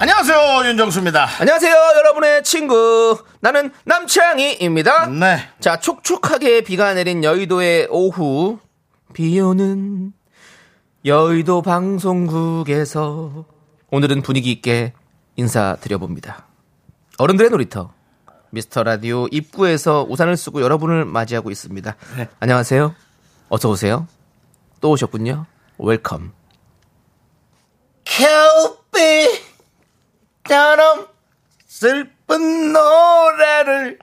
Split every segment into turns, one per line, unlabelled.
안녕하세요 윤정수입니다.
안녕하세요, 여러분의 친구. 나는 남창희입니다.
네.
자, 촉촉하게 비가 내린 여의도의 오후. 비 오는 여의도 방송국에서 오늘은 분위기 있게 인사드려봅니다. 어른들의 놀이터. 미스터 라디오 입구에서 우산을 쓰고 여러분을 맞이하고 있습니다. 안녕하세요. 어서 오세요. 또 오셨군요. 웰컴. 캘비처럼 슬픈 노래를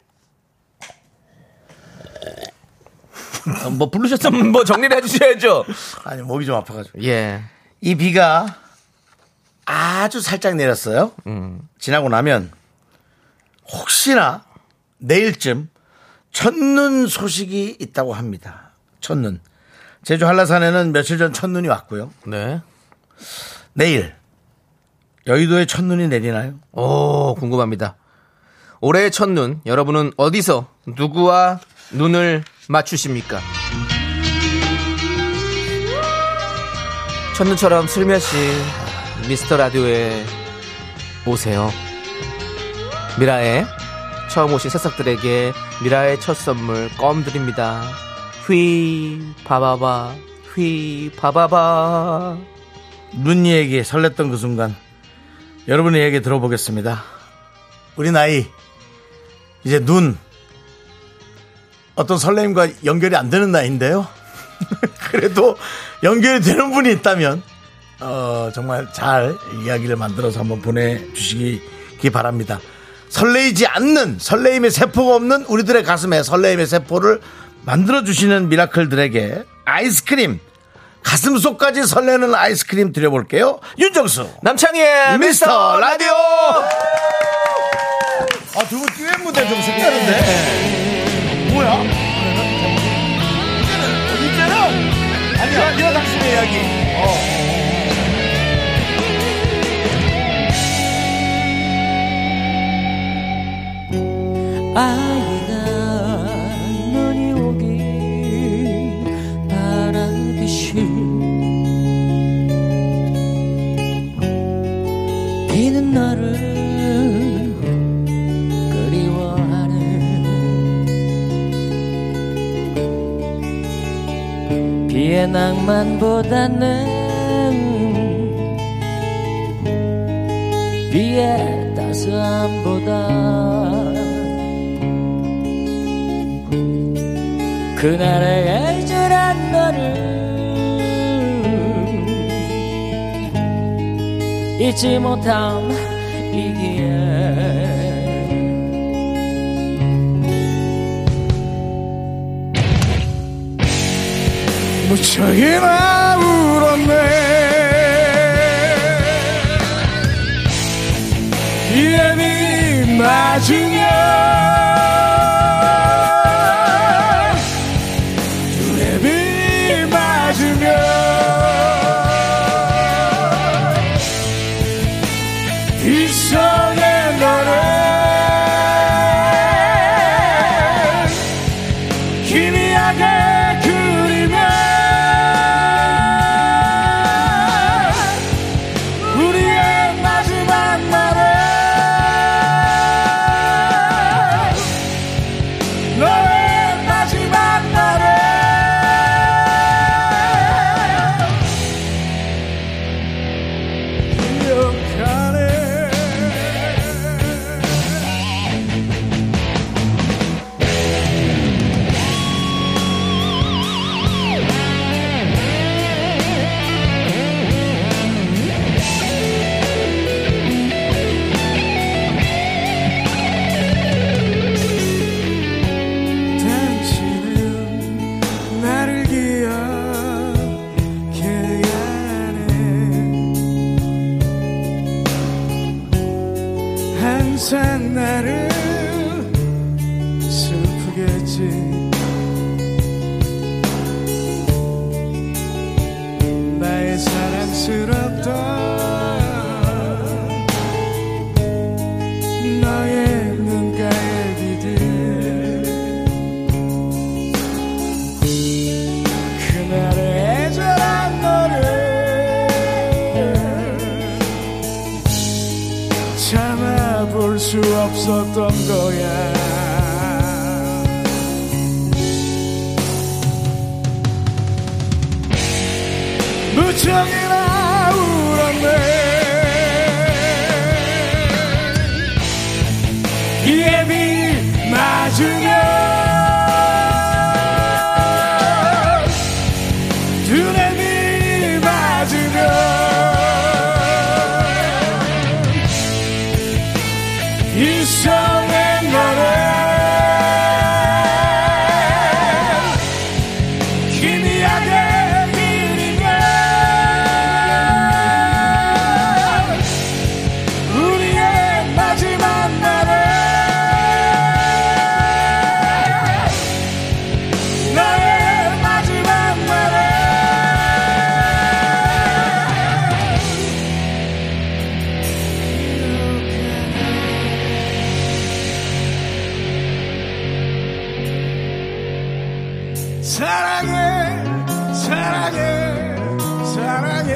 뭐 부르셨으면 뭐 정리를 해주셔야죠.
아니 목이 좀 아파가지고
예.
이 비가 아주 살짝 내렸어요.
음.
지나고 나면 혹시나 내일쯤 첫눈 소식이 있다고 합니다. 첫눈. 제주 한라산에는 며칠 전 첫눈이 왔고요.
네.
내일 여의도에 첫눈이 내리나요?
오 궁금합니다. 올해의 첫눈 여러분은 어디서 누구와 눈을 맞추십니까? 첫눈처럼 슬며시 미스터 라디오에 오세요. 미라에 처음 오신 새싹들에게 미라의 첫 선물 껌 드립니다. 휘 바바바 휘 바바바
눈 얘기 설렜던 그 순간 여러분의 얘기 들어보겠습니다. 우리 나이 이제 눈 어떤 설레임과 연결이 안 되는 나이인데요. 그래도 연결이 되는 분이 있다면 어, 정말 잘 이야기를 만들어서 한번 보내주시기 바랍니다. 설레이지 않는 설레임의 세포가 없는 우리들의 가슴에 설레임의 세포를 만들어주시는 미라클들에게 아이스크림 가슴 속까지 설레는 아이스크림 드려볼게요. 윤정수 미스터
남창희의 미스터
라디오. 아, 두 분 듀엣 무대 좀 색다른데. 뭐야? 이제는 이제는 아니야. 이런 당신의 이야기.
아이가 눈이 오길 바라듯이 비는 나를 그리워하네 비의 낭만보다는 비의 따스함보다 그날의 애절한 너를 잊지 못함 이기에
무척이나 울었네. 비염이 나중에 두렵이 맞으면 이성의 너를 희미하게 그리며 우리의 마지막 날에 너의 마지막 날에 기억하네
수 없었던 거야 무척이나 울었네 예비 맞으면 두뇌비 맞으면 일상의 너를 기미하게 기리면 우리의 마지막 날에 나의 마지막 날에 사랑해 사랑해 사랑해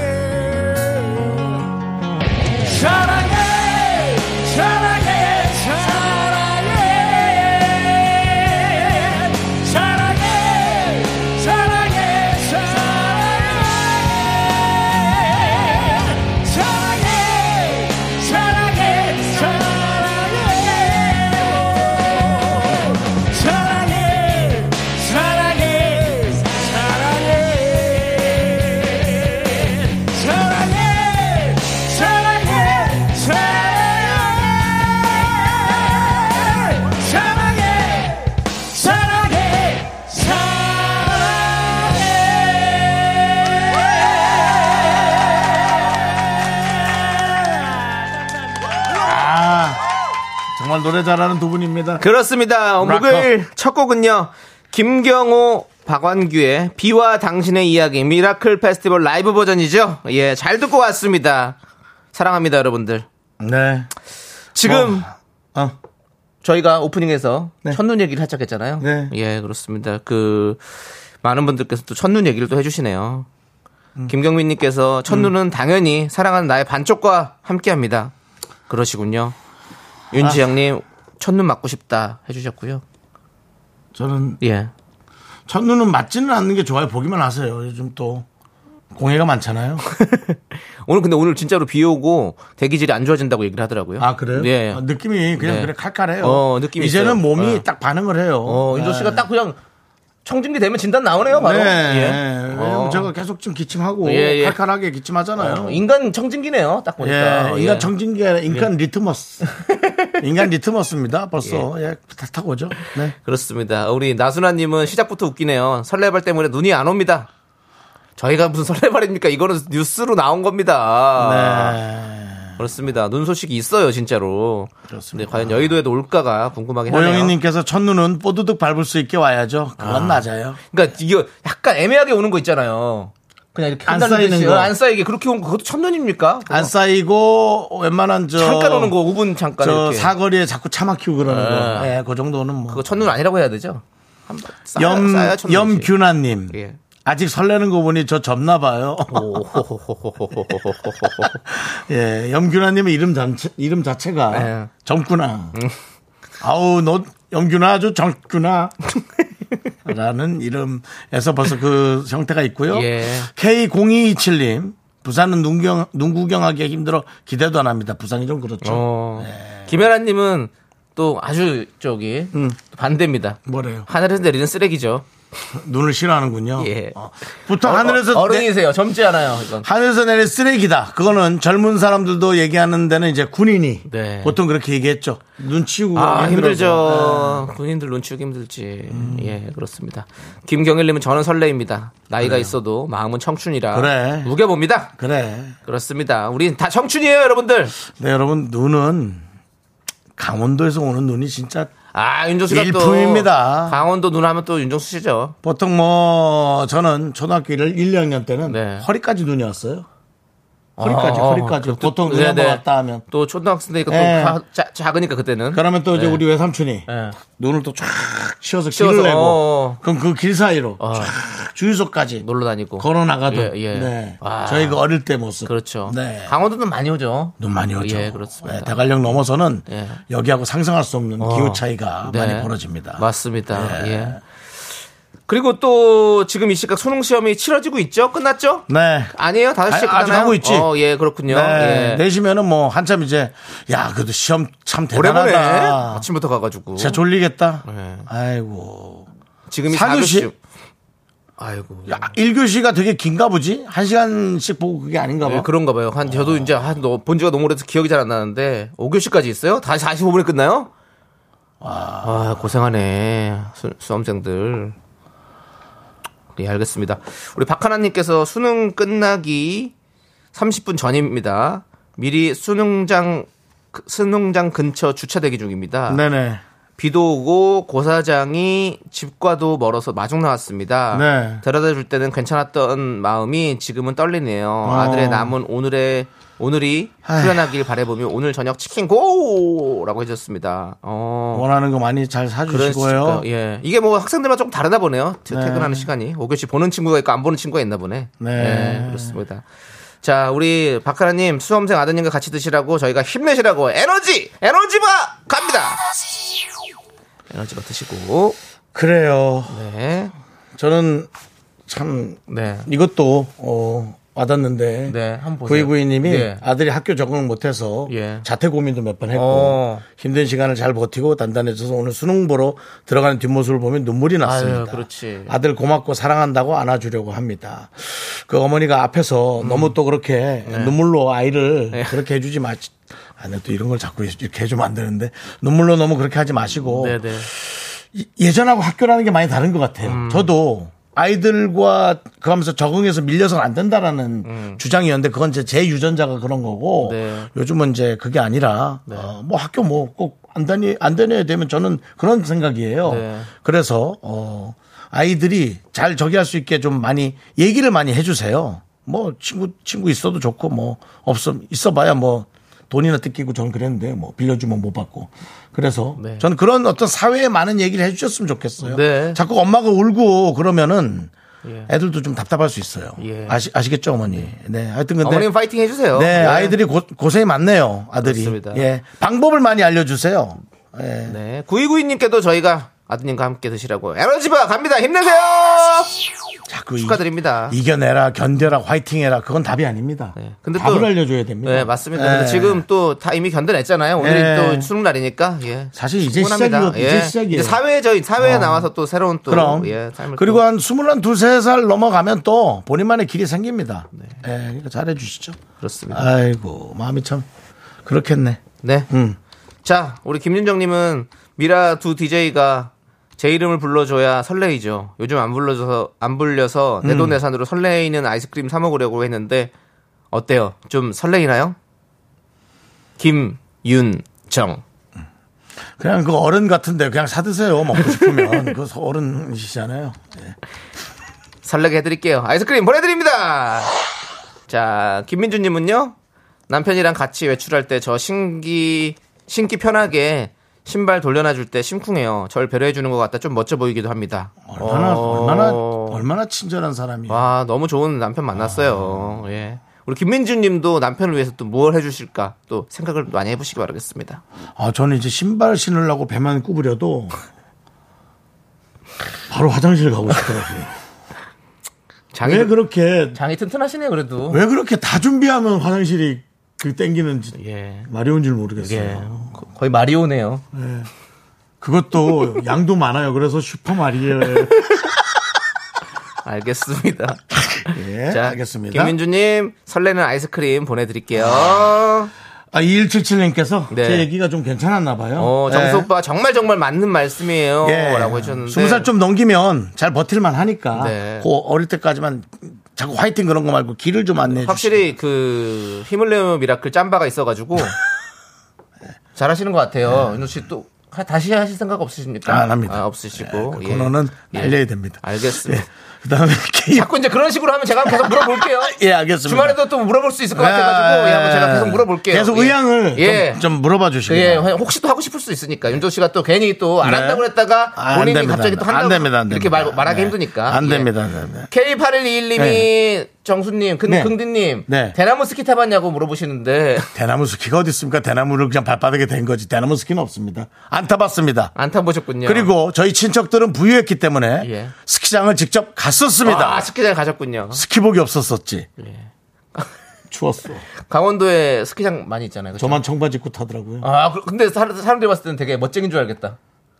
사랑해 사랑해 사랑해 사랑해 사랑해 사랑해 사랑해 사랑해 사랑해 사랑해 사랑해 사랑해 사랑해 사랑해 사랑해 사랑해 사랑해 사랑해
아, 정말 노래 잘하는 두 분입니다.
그렇습니다. 어,
락커.
목요일 첫 곡은요. 김경호 박완규의 비와 당신의 이야기 미라클 페스티벌 라이브 버전이죠. 예, 잘 듣고 왔습니다. 사랑합니다, 여러분들.
네.
지금
어,
저희가 오프닝에서
네.
첫눈 얘기를 살짝 했잖아요.
네.
예, 그렇습니다. 그 많은 분들께서 또 첫눈 얘기를 또 해주시네요.
음.
김경민님께서 첫눈은 당연히 사랑하는 나의 반쪽과 함께합니다. 그러시군요. 윤지영님
아.
첫눈 맞고 싶다 해주셨고요.
저는
예,
첫눈은 맞지는 않는 게 좋아요. 보기만 하세요. 요즘 또 공해가 많잖아요.
오늘 근데 오늘 진짜로 비 오고 대기질이 안 좋아진다고 얘기를 하더라고요.
아 그래요?
예.
아, 느낌이 그냥
네.
그래 칼칼해요.
어, 느낌이
이제는
있어요.
몸이
어.
딱 반응을 해요.
어, 윤조 씨가 딱 그냥 청진기 되면 진단 나오네요,
네.
바로.
네.
예.
왜냐면
어.
제가 계속 좀 기침하고
예, 예.
칼칼하게 기침하잖아요.
어, 그러니까, 인간 청진기네요, 딱 보니까.
예, 인간 정진기 아니라 인간 리트머스. 인간 리트머스입니다. 벌써 예, 다 타고 오죠. 네.
그렇습니다. 우리 나순아님은 시작부터 웃기네요. 설레발 때문에 눈이 안 옵니다. 저희가 무슨 설레발입니까? 이거는 뉴스로 나온 겁니다.
네.
그렇습니다. 눈 소식이 있어요, 진짜로.
그렇습니다.
근데 과연 여의도에도 올까가 궁금하긴 하네요.
모영이님께서 첫눈은 뽀드득 밟을 수 있게 와야죠. 그건 낮아요.
그러니까 이거 약간 애매하게 오는 거 있잖아요. 그냥 이렇게
안
한다는
쌓이는
듯이 어,
거.
안 쌓이게 그렇게 온 거, 그것도 첫눈입니까?
안 쌓이고 웬만한 저
잠깐 오는 거, 5분 잠깐
저
이렇게.
사거리에 자꾸 차 막히고 그러는 거.
예.
예, 그 정도는 뭐.
그거 첫눈 아니라고 해야 되죠? 한번 쌓아야-
염,
쌓아야 첫눈이지.
염균아님.
예.
아직 설레는 거 보니 저 접나 봐요.
오, 호호호호호호호호호호호.
예, 염균아님의 이름 자체, 이름 자체가
예.
젊구나. 아우, 너 염균아 아주 젊구나. 라는 이름에서 벌써 그 형태가 있고요.
예.
K0227님. 부산은 눈경, 눈 구경하기 힘들어 기대도 안 합니다. 부산이 좀 그렇죠.
어. 김혜란님은 또 아주 저기 반대입니다.
뭐래요?
하늘에서 내리는 쓰레기죠.
눈을 싫어하는군요.
예.
어. 부터 하늘에서
어,
내-
어른이세요. 젊지 않아요. 이건.
하늘에서 내린 쓰레기다. 그거는 젊은 사람들도 얘기하는 데는 이제 군인이
네.
보통 그렇게 얘기했죠. 눈 치우고
아 네.
가기 힘들어서.
힘들죠. 군인들 눈치우기 힘들지. 예 그렇습니다. 김경일님은 저는 설레입니다. 나이가 있어도 마음은 청춘이라
그래.
우겨봅니다.
그래.
그렇습니다. 우린 다 청춘이에요, 여러분들.
네, 여러분 눈은 강원도에서 오는 눈이 진짜
아 윤정수가
일품입니다.
또 강원도 눈 하면 또 윤정수 씨죠.
보통 뭐 저는 초등학교 1, 1학년 때는
네.
허리까지 눈이 왔어요. 그렇죠. 허리까지,
그
허리까지. 보통 눈 한번 왔다 하면.
네, 또 초등학생 되니까
예.
또 가- 자- 작으니까 그때는.
그러면 또 이제
네.
우리 외삼촌이
예.
눈을 또 쫙 씌워서
씌워서,
길을 내고
어, 어.
그럼 그 길 사이로
아.
쫙 주유소까지
놀러 다니고.
걸어 나가도
예, 예.
네.
아.
저희가 어릴 때 모습
그렇죠.
네.
강원도는 많이 오죠.
눈 많이 오죠.
예, 그렇습니다.
네, 대관령 넘어서는
예.
여기하고 상상할 수 없는
어.
기후 차이가
네.
많이 벌어집니다.
맞습니다. 예. 그리고 또 지금 이 시각 수능 시험이 치러지고 있죠? 끝났죠?
네.
아니에요? 다섯 시에
아니, 아직
끝나나요?
하고 있지.
어, 예, 그렇군요.
네.
예.
내시면은 뭐 한참 이제 야 그래도 시험 참
오래 보네.
대단하다.
아침부터 가가지고.
진짜 졸리겠다.
네.
아이고.
지금이
사교시?
4교시. 아이고.
야, 1교시가 되게 긴가 보지? 한시간씩 보고 그게 아닌가 봐.
예, 그런가 봐요. 한, 저도 이제 한, 너- 본 지가 너무 오래돼서 기억이 잘 안 나는데, 5교시까지 있어요? 다시 45분에 끝나요? 아, 고생하네. 수, 수험생들. 네, 알겠습니다. 우리 박하나님께서 수능 끝나기 30분 전입니다. 미리 수능장, 그- 수능장 근처 주차 대기 중입니다.
네네.
비도 오고 고사장이 집과도 멀어서 마중 나왔습니다.
네.
데려다 줄 때는 괜찮았던 마음이 지금은 떨리네요. 아들의 남은 오늘의 오늘이 풀려나길 바래보며 오늘 저녁 치킨 고라고 해주셨습니다. 어.
원하는 거 많이 잘
그런
사주시고요.
식일까? 예. 이게 뭐 학생들만 조금 다르나 보네요. 퇴-
네.
퇴근하는 시간이. 오교시 보는 친구가 있고 안 보는 친구가 있나 보네.
네.
예, 그렇습니다. 자, 우리 박하라님 수험생 아드님과 같이 드시라고 저희가 힘내시라고 에너지! 에너지바! 갑니다! 에너지바 드시고.
그래요.
네.
저는 참
네.
이것도 어, 와닿는데
네, 한번 보세요.
구이구이님이
네.
아들이 학교 적응을 못해서
예.
자퇴 고민도 몇 번 했고
어.
힘든 시간을 잘 버티고 단단해져서 오늘 수능 보러 들어가는 뒷모습을 보면 눈물이 났습니다.
아유, 그렇지.
들 고맙고 사랑한다고 안아주려고 합니다. 그 어머니가 앞에서
음.
너무 또 그렇게
네.
눈물로 아이를 그렇게 해주지 마. 아, 내가 또 이런 걸 자꾸 이렇게 해주면 안 되는데 눈물로 너무 그렇게 하지 마시고
네네.
예전하고 학교라는 게 많이 다른 것 같아요.
음.
저도 아이들과 그하면서 적응해서 밀려서는 안 된다라는 주장이었는데 그건 제, 제 유전자가 그런 거고
음. 네. 요즘은
요즘은 이제 그게 아니라 어, 뭐 학교 뭐 꼭 안 다니 안 다녀야 되면 저는 그런 생각이에요.
네.
그래서 어, 아이들이 잘 저기할 수 있게 좀 많이 얘기를 많이 해주세요. 뭐 친구 친구 있어도 좋고 뭐 없어 있어봐야 뭐 돈이나 뜯기고 저는 그랬는데 뭐 빌려주면 못 받고 그래서
네.
저는 그런 어떤 사회에 많은 얘기를 해주셨으면 좋겠어요.
네.
자꾸 엄마가 울고 그러면은
예.
애들도 좀 답답할 수 있어요.
예.
아시, 아시겠죠 어머니? 네. 하여튼 근데
어머님 파이팅 해주세요. 예.
네, 아이들이 고, 고생이 많네요. 아들이.
그렇습니다.
예. 방법을 많이 알려주세요. 예.
네. 구이구이님께도 저희가 아드님과 함께 드시라고 에너지바 갑니다. 힘내세요!
자꾸 이-
축하드립니다.
이겨내라, 견뎌라, 화이팅해라. 그건 답이 아닙니다.
네. 근데
답을
또-
알려줘야 됩니다.
네, 맞습니다.
예.
근데 지금 또 다 이미 견뎌냈잖아요. 오늘이
예.
또 수능 날이니까. 예.
사실 이제
충분합니다.
시작이고-
예.
이제 시작이에요. 어.
사회에 저 사회에 나와서 또 새로운 또
그럼
예, 삶을
그리고
또-
한 스물한 두세 살 넘어가면 또 본인만의 길이 생깁니다.
네.
예, 그러니까 잘해주시죠.
그렇습니다.
아이고 마음이 참 그렇겠네.
네.
음.
자, 우리 김윤정님은 미라 두 DJ가 제 이름을 불러줘야 설레이죠. 요즘 안 불러줘서 안 불려서
음.
내돈내산으로 설레이는 아이스크림 사 먹으려고 했는데 어때요? 좀 설레이나요? 김윤정.
그냥 그 어른 같은데 그냥 사 드세요. 먹고 싶으면 그 어른이시잖아요. 예.
설레게 해드릴게요. 아이스크림 보내드립니다. 자, 김민주님은요. 남편이랑 같이 외출할 때 저 신기 신기 편하게 신발 돌려놔줄 때 심쿵해요. 절 배려해주는 것 같다. 좀 멋져 보이기도 합니다.
얼마나
어.
얼마나 얼마나 친절한 사람이에요.
와 너무 좋은 남편 만났어요.
아.
예. 우리 김민주님도 남편을 위해서 또 뭘 해주실까 또 생각을 많이 해보시기 바라겠습니다.
아, 저는 이제 신발 신으려고 배만 구부려도 바로 화장실 가고 싶더라고요.
장이
왜 그렇게
장이 튼튼하시네요 그래도.
왜 그렇게 다 준비하면 화장실이 그 땡기는지
예.
마려운 줄
예.
모르겠어요.
거- 거의 마리오네요.
그것도 양도 많아요. 그래서 슈퍼 마리에
알겠습니다.
예,
자,
알겠습니다.
김민주님 설레는 아이스크림 보내드릴게요.
아, 2177님께서
네.
제 얘기가 좀 괜찮았나 봐요.
어, 정수 오빠 정말 정말 맞는
네. 예.
말씀이에요라고 해주셨는데.
20살 좀 넘기면 잘 버틸만 하니까.
네.
그 어릴 때까지만 자꾸 화이팅 그런 거 말고 길을 좀 안내해 주시고.
확실히 네. 그 힘을 내요 미라클 짬바가 있어가지고 잘하시는 것 같아요. 윤호 씨또 하- 다시 하실 생각 없으십니까?
아, 네. 안 합니다.
아, 없으시고.
그
예.
코너는
예. 아,
알려야 됩니다.
알겠습니다.
그 다음에 K.
자꾸 이제 그런 식으로 하면 제가 한번 계속 물어볼게요.
예, 알겠습니다.
주말에도 또 물어볼 수 있을 것
아,
같아가지고 예, 한번 제가 계속 물어볼게요.
계속
예.
의향을
예.
좀, 좀 물어봐 주시고.
예, 혹시 또 하고 싶을 수 있으니까 윤조 씨가 또 괜히 또 안
네.
한다고 했다가
아, 안
본인이
됩니다.
갑자기 또
안
한다고
됩니다. 안
이렇게
됩니다.
말, 말하기
네.
힘드니까
안
예.
됩니다. 안 됩니다.
K8121님이 정수님, 근,
네.
긍디님
네.
대나무 스키 타봤냐고 물어보시는데
대나무 스키가 어디 있습니까? 대나무를 그냥 발바닥에 댄 거지. 대나무 스키는 없습니다. 안 타봤습니다.
안 타보셨군요.
그리고 저희 친척들은 부유했기 때문에
예.
스키장을 직접 갔었습니다.
아 스키장 가셨군요.
스키복이 없었었지. 추웠어.
강원도에 스키장 많이 있잖아요. 그쵸?
저만 청바지 입고 타더라고요.
아 그- 근데 사, 사람들이 봤을 때는 되게 멋쟁인 줄 알겠다.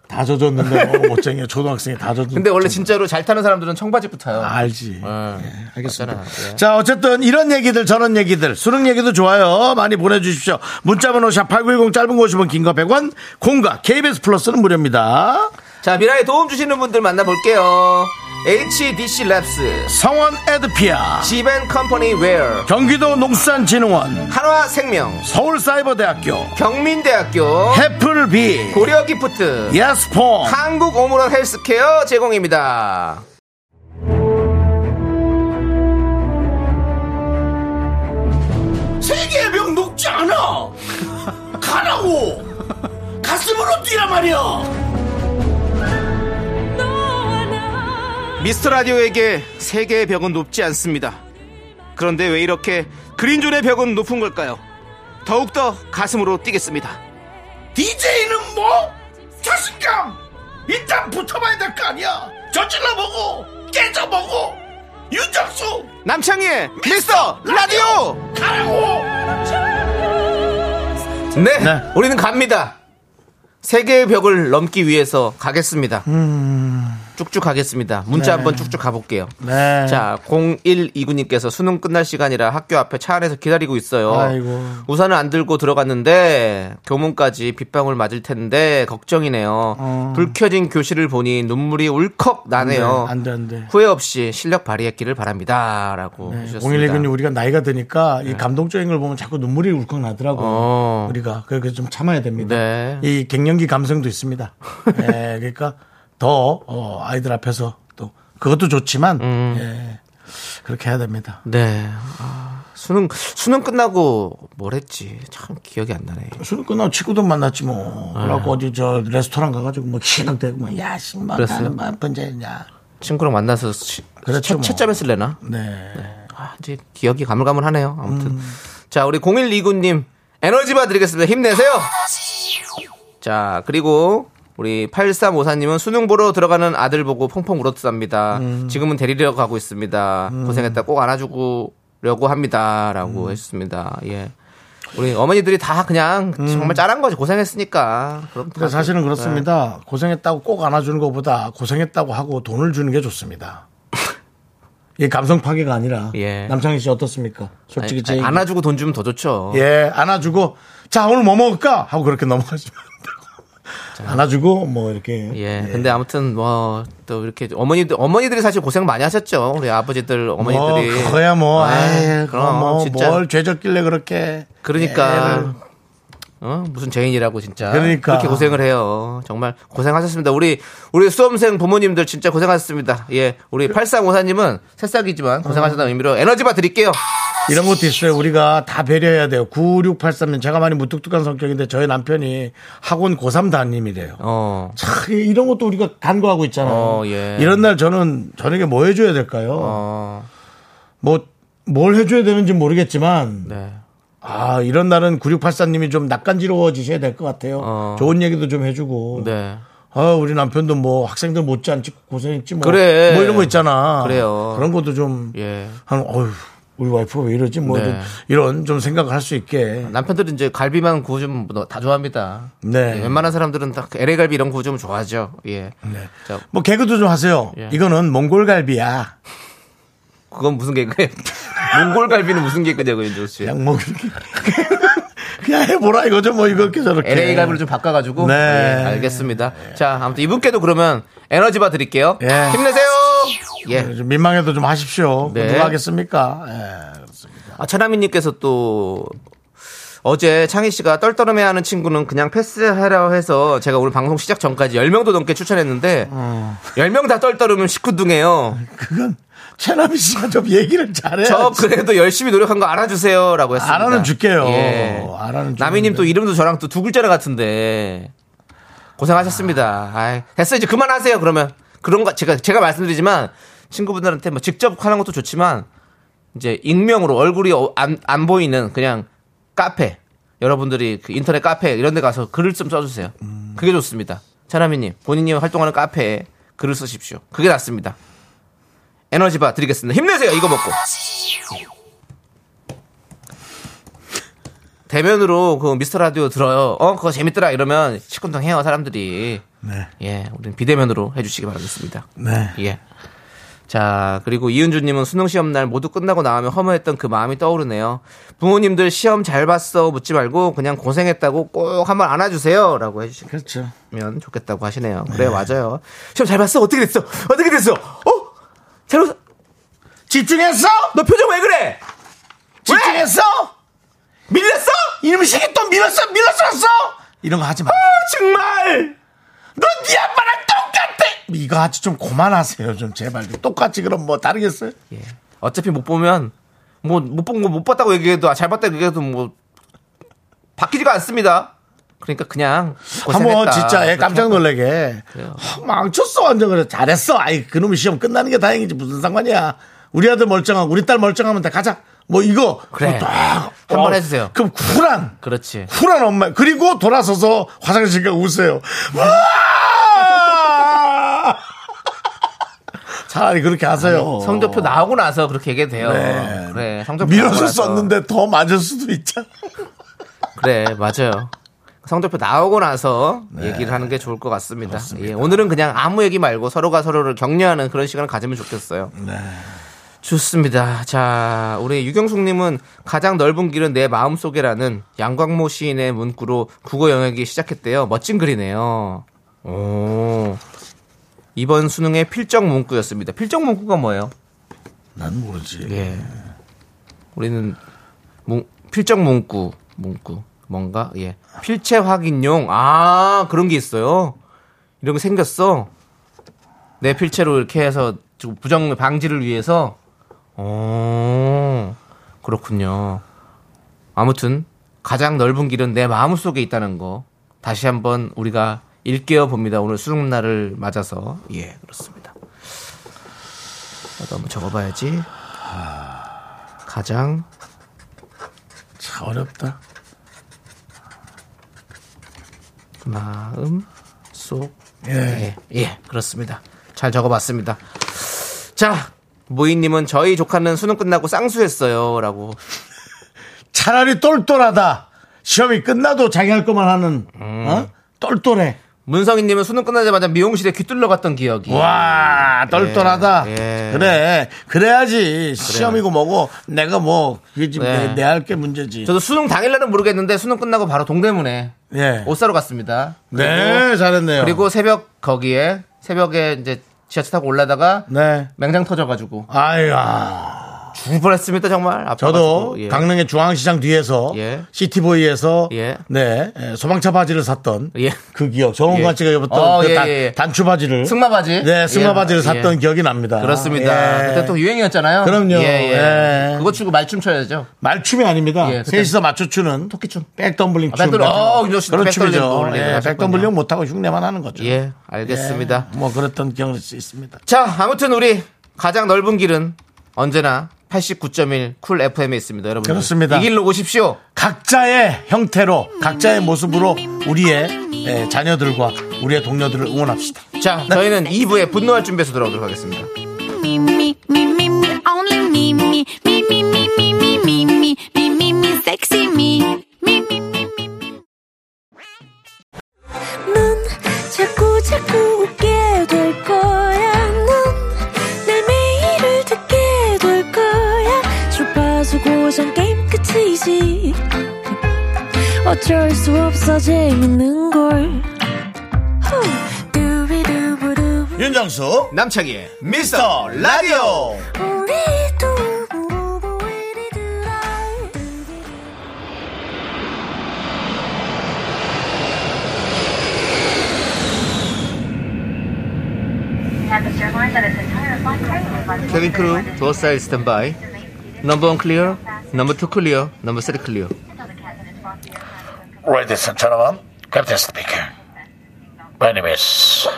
다 젖었는데 뭐 멋쟁이야. 초등학생이 다 젖었는데.
근데 원래 진짜로 잘 타는 사람들은 청바지부터 타요.
아, 알지.
예,
알겠습니다.
맞잖아. 예.
자, 어쨌든 이런 얘기들 저런 얘기들 수능 얘기도 좋아요. 많이 보내주십시오. 문자번호 샵8910 짧은 거 50원 긴거 100원 공과 KBS 플러스는 무료입니다.
자 미라에 도움 주시는 분들 만나볼게요. HDC 랩스,
성원 에드피아
지벤 컴퍼니 웨어,
경기도 농수산진흥원
한화생명,
서울사이버대학교
경민대학교,
해플비
고려기프트,
예스폼
한국 오므론 헬스케어 제공입니다.
세계의 병 녹지 않아 가라고 가슴으로 뛰라 말이야
미스터 라디오에게 세계의 벽은 높지 않습니다. 그런데 왜 이렇게 그린존의 벽은 높은 걸까요? 더욱더 가슴으로 뛰겠습니다.
DJ는 뭐? 자신감 일단 붙어봐야 될 거 아니야 저질러보고 깨져보고 윤정수
남창희의 미스터 라디오!
가라고
네,
네.
우리는 갑니다. 세계의 벽을 넘기 위해서 가겠습니다. 쭉쭉 가겠습니다. 문자 한번 쭉쭉 가볼게요.
네.
자, 0129님께서 수능 끝날 시간이라 학교 앞에 차 안에서 기다리고 있어요.
아이고.
우산을 안 들고 들어갔는데 교문까지 빗방울 맞을 텐데 걱정이네요.
어.
불 켜진 교실을 보니 눈물이 울컥 나네요.
네, 안 돼, 안 돼.
후회 없이 실력 발휘했기를 바랍니다라고
네,
하셨습니다. 네.
0119님 우리가 나이가 드니까 이 감동적인 걸 보면 자꾸 눈물이 울컥 나더라고요.
어.
우리가 그렇게 좀 참아야 됩니다.
네.
이 갱년기 감성도 있습니다. 예, 그러니까 더 어, 아이들 앞에서 또 그것도 좋지만
음.
예, 그렇게 해야 됩니다.
네. 아, 수능 수능 끝나고 뭘 했지? 참 기억이 안 나네.
술 끝나고 친구도 만났지 뭐. 그래갖고 어디 저 레스토랑 가가지고 뭐 기각되고 뭐 야, 씨발
아. 그랬어요?
나는 뭐 번제냐.
친구랑 만나서 시,
그렇죠,
채,
뭐.
채점했을래나?
네.
아, 이제 기억이 가물가물하네요. 아무튼.
음.
자, 우리 0129님, 에너지바 드리겠습니다. 힘내세요! 자, 그리고 우리 8354님은 수능 보러 들어가는 아들 보고 펑펑 울었답니다.
음.
지금은 데리러 가고 있습니다. 고생했다 꼭 안아주려고 합니다. 라고
음.
했습니다. 예. 우리 어머니들이 다 그냥 정말 짤한 거죠. 고생했으니까. 그럼
음. 그러니까 사실은 그렇습니다. 고생했다고 꼭 안아주는 것보다 고생했다고 하고 돈을 주는 게 좋습니다. 이게 감성 파괴가 아니라
예.
남창희 씨 어떻습니까? 솔직히 제
아니,
얘기.
안아주고 돈 주면 더 좋죠.
예 안아주고 자 오늘 뭐 먹을까 하고 그렇게 넘어가시면 안 되고 안아주고 뭐 이렇게
예, 근데 아무튼 뭐 또 이렇게 어머니들 어머니들이 사실 고생 많이 하셨죠. 우리 아버지들
뭐
어머니들이.
그거야 뭐
아,
에이,
그럼
그럼
진짜.
뭐뭘 죄졌길래 그렇게
그러니까
애를.
어 무슨 죄인이라고 진짜
예. 그러니까.
그렇게 고생을 해요. 정말 고생하셨습니다. 우리 우리 수험생 부모님들 진짜 고생하셨습니다. 예, 우리
그
8354님은 새싹이지만 고생하셨다는 의미로 에너지바 드릴게요.
이런 것도 있어요. 우리가 다 배려해야 돼요. 9683년 제가 많이 무뚝뚝한 성격인데 저희 남편이 학원 고3 담임이래요.
어,
참 이런 것도 우리가 간과하고 있잖아요.
어, 예.
이런 날 저는 저녁에 뭐 해줘야 될까요?
어,
뭐 뭘 해줘야 되는지 모르겠지만
네.
아 이런 날은 9684님이 좀 낯간지러워지셔야 될 것 같아요.
어.
좋은 얘기도 좀 해주고
네.
아 우리 남편도 뭐 학생들 못지않지 고생했지 뭐,
그래.
뭐 이런 거 있잖아.
그래요.
그런 것도 좀
예.
한 어휴 우리 와이프가 왜 이러지 뭐
네.
이런, 이런 좀 생각을 할 수 있게
남편들은 이제 갈비만 구워주면 뭐다 좋아합니다.
네.
예, 웬만한 사람들은 다 LA 갈비 이런 거 구워주면 좋아하죠. 예. 자,
뭐 개그도 좀 하세요.
예.
이거는 몽골갈비야.
그건 무슨 개그예요? 몽골 갈비는 무슨 개그냐고 윤조 씨.
그냥 뭐 그렇게 그냥 해보라 이거죠 뭐 이렇게 저렇게
LA 갈비를 좀 바꿔가지고.
네.
예, 알겠습니다. 자, 아무튼 이분께도 그러면 에너지바 드릴게요.
예.
힘내세요. 예.
좀 민망해도 좀 하십시오.
네.
누가 하겠습니까? 예.
아, 차라미님께서 또 어제 창희 씨가 떨떠름해 하는 친구는 그냥 패스하라고 해서 제가 오늘 방송 시작 전까지 10명도 넘게 추천했는데
어.
10명 다 떨떠름은 식구둥해요.
그건 최남희 씨가 좀 얘기를 잘해.
저 그래도 열심히 노력한 거 알아주세요라고 했습니다.
알아는 줄게요.
예.
알아는
나미님
주는데.
또 이름도 저랑 또 두 글자라 같은데 고생하셨습니다. 아이, 됐어 이제 그만하세요. 그러면 그런 거 제가 제가 말씀드리지만 친구분들한테 뭐 직접 하는 것도 좋지만 이제 익명으로 얼굴이 어- 안, 안 보이는 그냥 카페 여러분들이 그 인터넷 카페 이런 데 가서 글을 좀 써주세요. 그게 좋습니다. 차라미님 본인이 활동하는 카페에 글을 쓰십시오. 그게 낫습니다. 에너지바 드리겠습니다. 힘내세요. 이거 먹고. 대면으로 그 미스터 라디오 들어요. 어, 그거 재밌더라. 이러면 시큰둥 해요, 사람들이.
네.
예, 우린 비대면으로 해주시기 바라겠습니다.
네.
예. 자, 그리고 이은주님은 수능 시험 날 모두 끝나고 나오면 허무했던 그 마음이 떠오르네요. 부모님들 시험 잘 봤어 묻지 말고 그냥 고생했다고 꼭 한번 안아주세요. 라고 해주시면
그렇죠.
좋겠다고 하시네요. 그래, 맞아요. 시험 잘 봤어? 어떻게 됐어? 어떻게 됐어? 어? 잘 봤어?
집중했어?
너 표정 왜 그래?
집중했어?
밀렸어?
이놈식이 또 밀었어? 밀었었어? 이런 거 하지 마.
아, 정말!
넌네 아빠랑 똑같아! 이거 하지 좀 그만하세요, 좀 제발. 똑같이 그럼 뭐 다르겠어요?
예. 어차피 못 보면 뭐 못 본 거 못 봤다고 얘기해도 아, 잘 봤다고 얘기해도 뭐 바뀌지가 않습니다. 그러니까 그냥
한번
고생했다. 네.
진짜 애 깜짝 놀래게
그래요.
헉, 망쳤어 완전 그래 잘했어 아이 그놈의 시험 끝나는 게 다행이지 무슨 상관이야 우리 아들 멀쩡하고 우리 딸 멀쩡하면 다 가자 뭐 이거
그래.
뭐 딱,
한번
어,
해주세요.
그럼 쿨한
그렇지.
쿨한 엄마 그리고 돌아서서 화장실 가고 웃어요 우와! 차라리 그렇게 하세요
성적표 나오고 나서 그렇게 얘기해도 돼요.
네.
그래. 성적표 나오고
밀어서
나서.
썼는데 더 맞을 수도 있잖아
그래, 맞아요. 성적표 나오고 나서 얘기를 하는 게 좋을 것 같습니다. 예, 오늘은 그냥 아무 얘기 말고 서로가 서로를 격려하는 그런 시간을 가지면 좋겠어요. 좋습니다. 자, 우리 유경숙님은 가장 넓은 길은 내 마음 속에라는 양광모 시인의 문구로 국어 영역이 시작했대요. 멋진 글이네요. 오. 이번 수능의 필적 문구였습니다. 필적 문구가 뭐예요?
난 모르지
예. 우리는 문- 필적 문구, 문구 뭔가 예. 필체 확인용 아 그런 게 있어요. 이런 게 생겼어. 내 필체로 이렇게 해서 좀 부정 방지를 위해서. 어 그렇군요. 아무튼 가장 넓은 길은 내 마음 속에 있다는 거 다시 한번 우리가 일깨워 봅니다. 오늘 수능 날을 맞아서 예 그렇습니다. 나도 한번 적어봐야지. 가장
참 어렵다
마음 속.
예.
예, 예, 그렇습니다. 잘 적어봤습니다. 자, 모이님은 저희 조카는 수능 끝나고 쌍수했어요. 라고.
차라리 똘똘하다. 시험이 끝나도 자기 할 것만 하는
음.
어? 똘똘해.
문성희님은 수능 끝나자마자 미용실에 귀뚫러 갔던 기억이.
와 똘똘하다.
예.
그래 그래야지 시험이고 뭐고 내가 뭐 그게 지금
네.
내 할 게 문제지.
저도 수능 당일날은 모르겠는데 수능 끝나고 바로 동대문에
예.
옷 사러 갔습니다.
네 잘했네요.
그리고 새벽 거기에 새벽에 이제 지하철 타고 올라다가
네
맹장 터져가지고
아야
죽을 뻔했습니다 정말.
저도
아파가지고. 예.
강릉의 중앙시장 뒤에서
예.
시티보이에서
예.
네 예, 소방차 바지를 샀던
예.
그 기억 정홍관
예.
씨가 입었던
어,
그
예,
단-
예, 예.
단추 바지를
승마 바지?
네 승마
예.
바지를 샀던
예.
기억이 납니다.
그렇습니다.
예.
그때 또 유행이었잖아요.
그럼요.
예, 예.
예.
그거 추고 말춤 춰야죠.
말춤이 아닙니다.
예, 그때-
셋이서 맞춰추는 토끼춤, 백덤블링
아,
춤.
백덤블- 어, 이거 진짜
그런
백덤블링
춤이죠.
또
예,
하셨군요.
백덤블링 못하고 흉내만 하는 거죠.
예, 알겠습니다.
예, 뭐 그랬던 기억일 수 있습니다.
자, 아무튼 우리 가장 넓은 길은 언제나 89.1 쿨 FM에 있습니다, 여러분.
그렇습니다.
이 길로 오십시오.
각자의 형태로, 각자의 모습으로 우리의 예, 자녀들과 우리의 동료들을 응원합시다.
자, 저희는 2부에 분노할 준비해서 돌아오도록 하겠습니다.
me, me, me, me, me, only me, me, me, me, me, me, me, me, me, me, me, me, sexy me. Me, me, me, me, me.
넌 자꾸 자꾸 웃게 될 거야. 넌내 매일을 듣게 될 거야. 주파수 고정 게임 끝이지. 어쩔 수 없어 재밌는 걸. 후. 두비두부두부.
윤정수,
남창희의
미스터 라디오.
우리 두부부부 우리 두부. 두비두부.
케빈 크루, 도어 사이드 스탠바이. 넘버 1 클리어, 넘버 2 클리어, 넘버 3 클리어.
Ladies and gentlemen, Captain speaking. My name is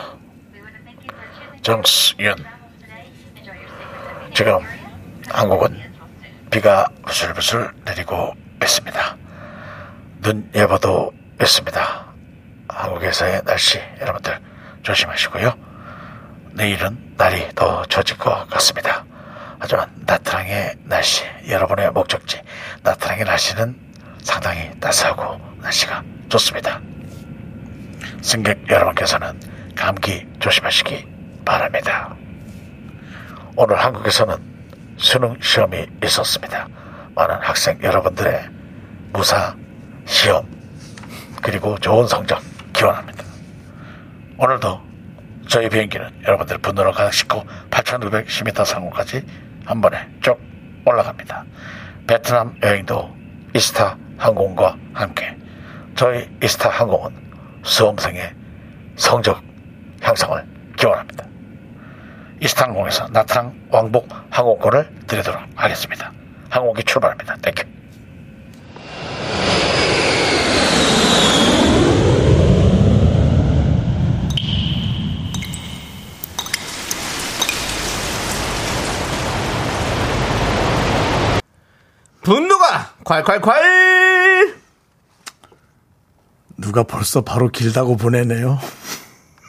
정수윤. 지금 한국은 비가 부슬부슬 내리고 있습니다. 눈 예보도 있습니다. 한국에서의 날씨 여러분들 조심하시고요. 내일은 날이 더 좋아질 것 같습니다. 하지만 나트랑의 날씨, 여러분의 목적지, 나트랑의 날씨는 상당히 따스하고 날씨가 좋습니다. 승객 여러분께서는 감기 조심하시기 바랍니다. 오늘 한국에서는 수능 시험이 있었습니다. 많은 학생 여러분들의 무사 시험 그리고 좋은 성적 기원합니다. 오늘도 저희 비행기는 여러분들 분노를 가득 싣고 8,910m 상공까지 한 번에 쭉 올라갑니다. 베트남 여행도 이스타 항공과 함께 저희 이스타 항공은 수험생의 성적 향상을 기원합니다. 이스타 항공에서 나트랑 왕복 항공권을 드리도록 하겠습니다. 항공기 출발합니다. 땡큐.
분노가 콸콸콸!
누가 벌써 바로 길다고 보내네요.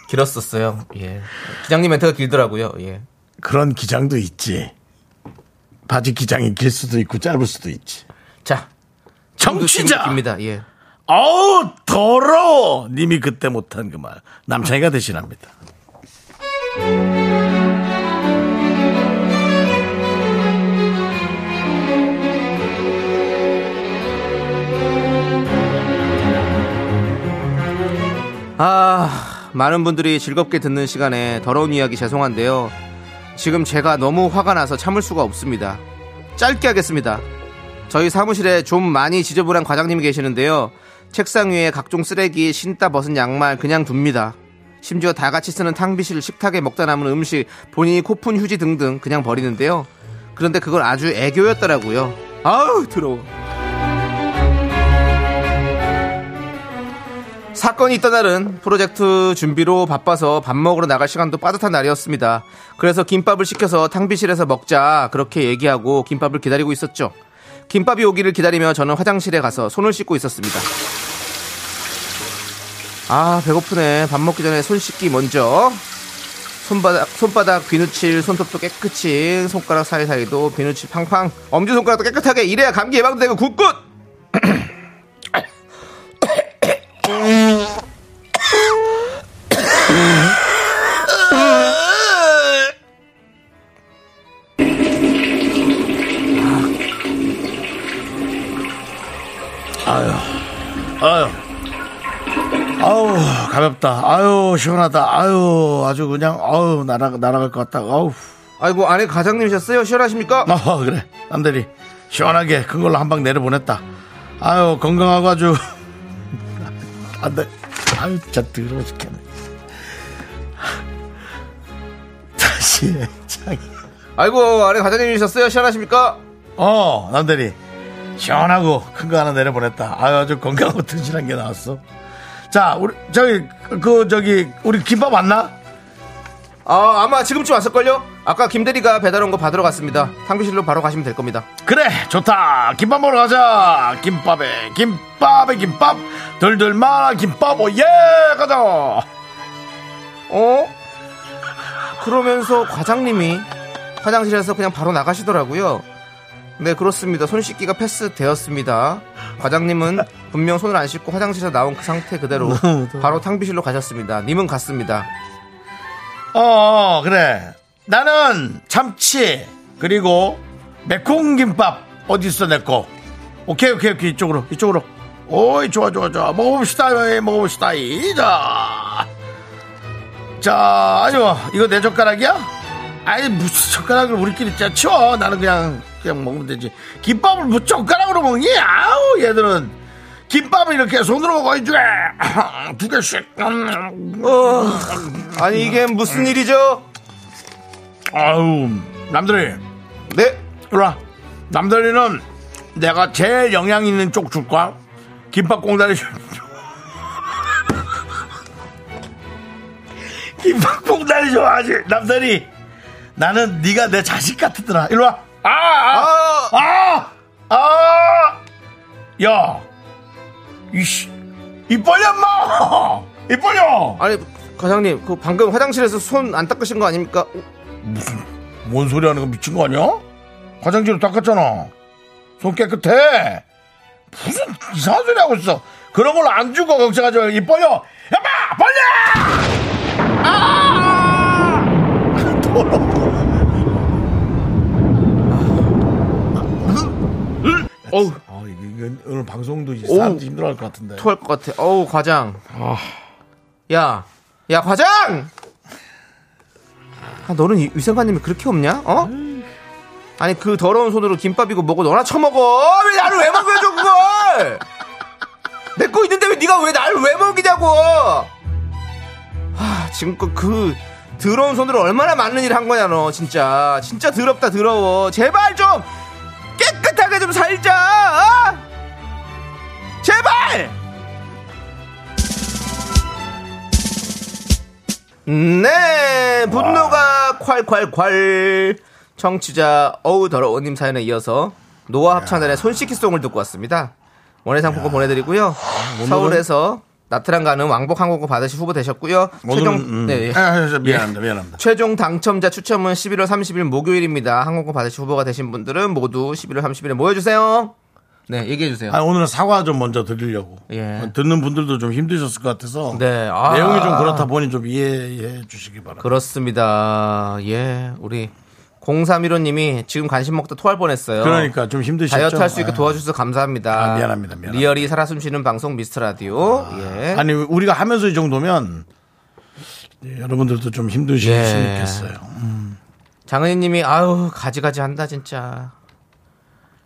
길었었어요. 예. 기장님 멘트가 길더라고요. 예.
그런 기장도 있지. 바지 기장이 길 수도 있고 짧을 수도 있지.
자.
정치자!
입니다. 예.
어우 더러워 님이 그때 못한 그 말 남창이가 대신합니다
아, 많은 분들이 즐겁게 듣는 시간에 더러운 이야기 죄송한데요. 지금 제가 너무 화가 나서 참을 수가 없습니다. 짧게 하겠습니다. 저희 사무실에 좀 많이 지저분한 과장님이 계시는데요. 책상 위에 각종 쓰레기, 신다 벗은 양말 그냥 둡니다. 심지어 다 같이 쓰는 탕비실, 식탁에 먹다 남은 음식, 본인이 코푼 휴지 등등 그냥 버리는데요. 그런데 그걸 아주 애교였더라고요. 아우, 더러워. 사건이 있던 날은 프로젝트 준비로 바빠서 밥 먹으러 나갈 시간도 빠듯한 날이었습니다. 그래서 김밥을 시켜서 탕비실에서 먹자 그렇게 얘기하고 김밥을 기다리고 있었죠. 김밥이 오기를 기다리며 저는 화장실에 가서 손을 씻고 있었습니다. 아 배고프네. 밥 먹기 전에 손 씻기 먼저. 손바닥 손바닥 비누칠 손톱도 깨끗이 손가락 사이사이도 비누칠 팡팡 엄지 손가락도 깨끗하게 이래야 감기 예방되고 굿굿.
아유 아우 가볍다 아유 시원하다 아유 아주 그냥 아유 날아, 날아갈 것 같다 아우
아이고 안에 과장님이셨어요? 시원하십니까?
아 그래 남대리 시원하게 큰 걸로 한 방 내려보냈다 아유 건강하고 아주 안돼 아유 진짜 더러워 죽겠네 다시 해 자기
아이고 아래 과장님이셨어요 시원하십니까?
어, 남들이 시원하고 큰 거 하나 내려보냈다. 아유, 아주 건강하고 튼실한 게 나왔어. 자, 우리 저기 그 저기 우리 김밥 왔나?
아 아마 지금쯤 왔을걸요? 아까 김대리가 배달 온 거 받으러 갔습니다 탕비실로 바로 가시면 될 겁니다
그래, 좋다. 김밥 먹으러 가자. 김밥에 김밥에 김밥 돌돌 말아 김밥 오예 가자.
어? 그러면서 과장님이 화장실에서 그냥 바로 나가시더라고요 네 그렇습니다 손 씻기가 패스되었습니다 과장님은 분명 손을 안 씻고 화장실에서 나온 그 상태 그대로 바로 탕비실로 가셨습니다 님은 갔습니다
어, 어, 그래. 나는 참치 그리고 매콤 김밥 어디 있어 내 거. 오케이 오케이 오케이 이쪽으로 이쪽으로. 오이 좋아 좋아 좋아 먹어봅시다 예, 먹어봅시다 이자. 자 아니요 뭐, 이거 내 젓가락이야? 아니 무슨 젓가락을 우리끼리 진짜 치워 나는 그냥 그냥 먹으면 되지 김밥을 무슨 젓가락으로 먹니? 아우 얘들은 김밥을 이렇게 손으로 먹어야지 두 개씩 음,
어, 아니 이게 무슨 일이죠?
아우 남들이
네.
일로와 남들이는 내가 제일 영양 있는 쪽 줄까? 김밥 공다리 줄- 김밥 공다리 좋아하지 남들이 나는 네가 내 자식 같았더라 일로와
아,
아! 아! 야! 이씨! 이 벌려, 엄마! 이 벌려!
아니 과장님 그 방금 화장실에서 손 안 닦으신 거 아닙니까?
뭔 소리 하는 거 미친 거 아니야? 화장지로 닦았잖아. 손 깨끗해. 무슨 이상한 소리 하고 있어. 그런 걸 안 주고 걱정하지 말고 입 벌려. 여봐 벌려. 아! 더러워.
어우
아, 이거- 이건 오늘 방송도 이제
오.
사람들이 힘들어할 것 같은데.
토할 것 같아. 어우 과장. 야, 야 과장. 아 너는 이 위생관님이 그렇게 없냐? 어? 아니 그 더러운 손으로 김밥이고 뭐고 너나 처먹어. 왜 나를 왜 먹여줘 그걸? 내 거 있는데 왜 네가 왜 나를 왜 먹이냐고. 아 지금껏 그 더러운 손으로 얼마나 많은 일 한 거냐 너 진짜 진짜 더럽다 더러워. 제발 좀 깨끗하게 좀 살자. 어? 제발! 네, 분노가 콸콸콸. 청취자 어우 더러워님 사연에 이어서 노아 합창단의 손 씻기송을 듣고 왔습니다. 원예상품권 보내드리고요. 서울에서 나트랑 가는 왕복 항공권 받으실 후보 되셨고요.
오늘은,
최종
음.
네, 예.
아, 저 미안합니다, 미안합니다.
최종 당첨자 추첨은 11월 30일 목요일입니다. 항공권 받으실 후보가 되신 분들은 모두 11월 30일에 모여주세요. 네, 얘기해 주세요.
아, 오늘은 사과 좀 먼저 드리려고.
예.
듣는 분들도 좀 힘드셨을 것 같아서.
네, 아.
내용이 좀 그렇다 보니 좀 이해해 주시기 바랍니다.
그렇습니다. 예, 우리 0315님이 지금 간식 먹다 토할 뻔했어요.
그러니까 좀 힘드셨죠.
다이어트 할 수 있게
아.
도와주셔서 감사합니다.
아, 미안합니다, 미안합니다.
리얼이 살아 숨쉬는 방송 미스터 라디오. 예.
아니 우리가 하면서 이 정도면 예, 여러분들도 좀 힘드실
예.
수 있겠어요.
장은희님이 아유 가지가지 한다 진짜.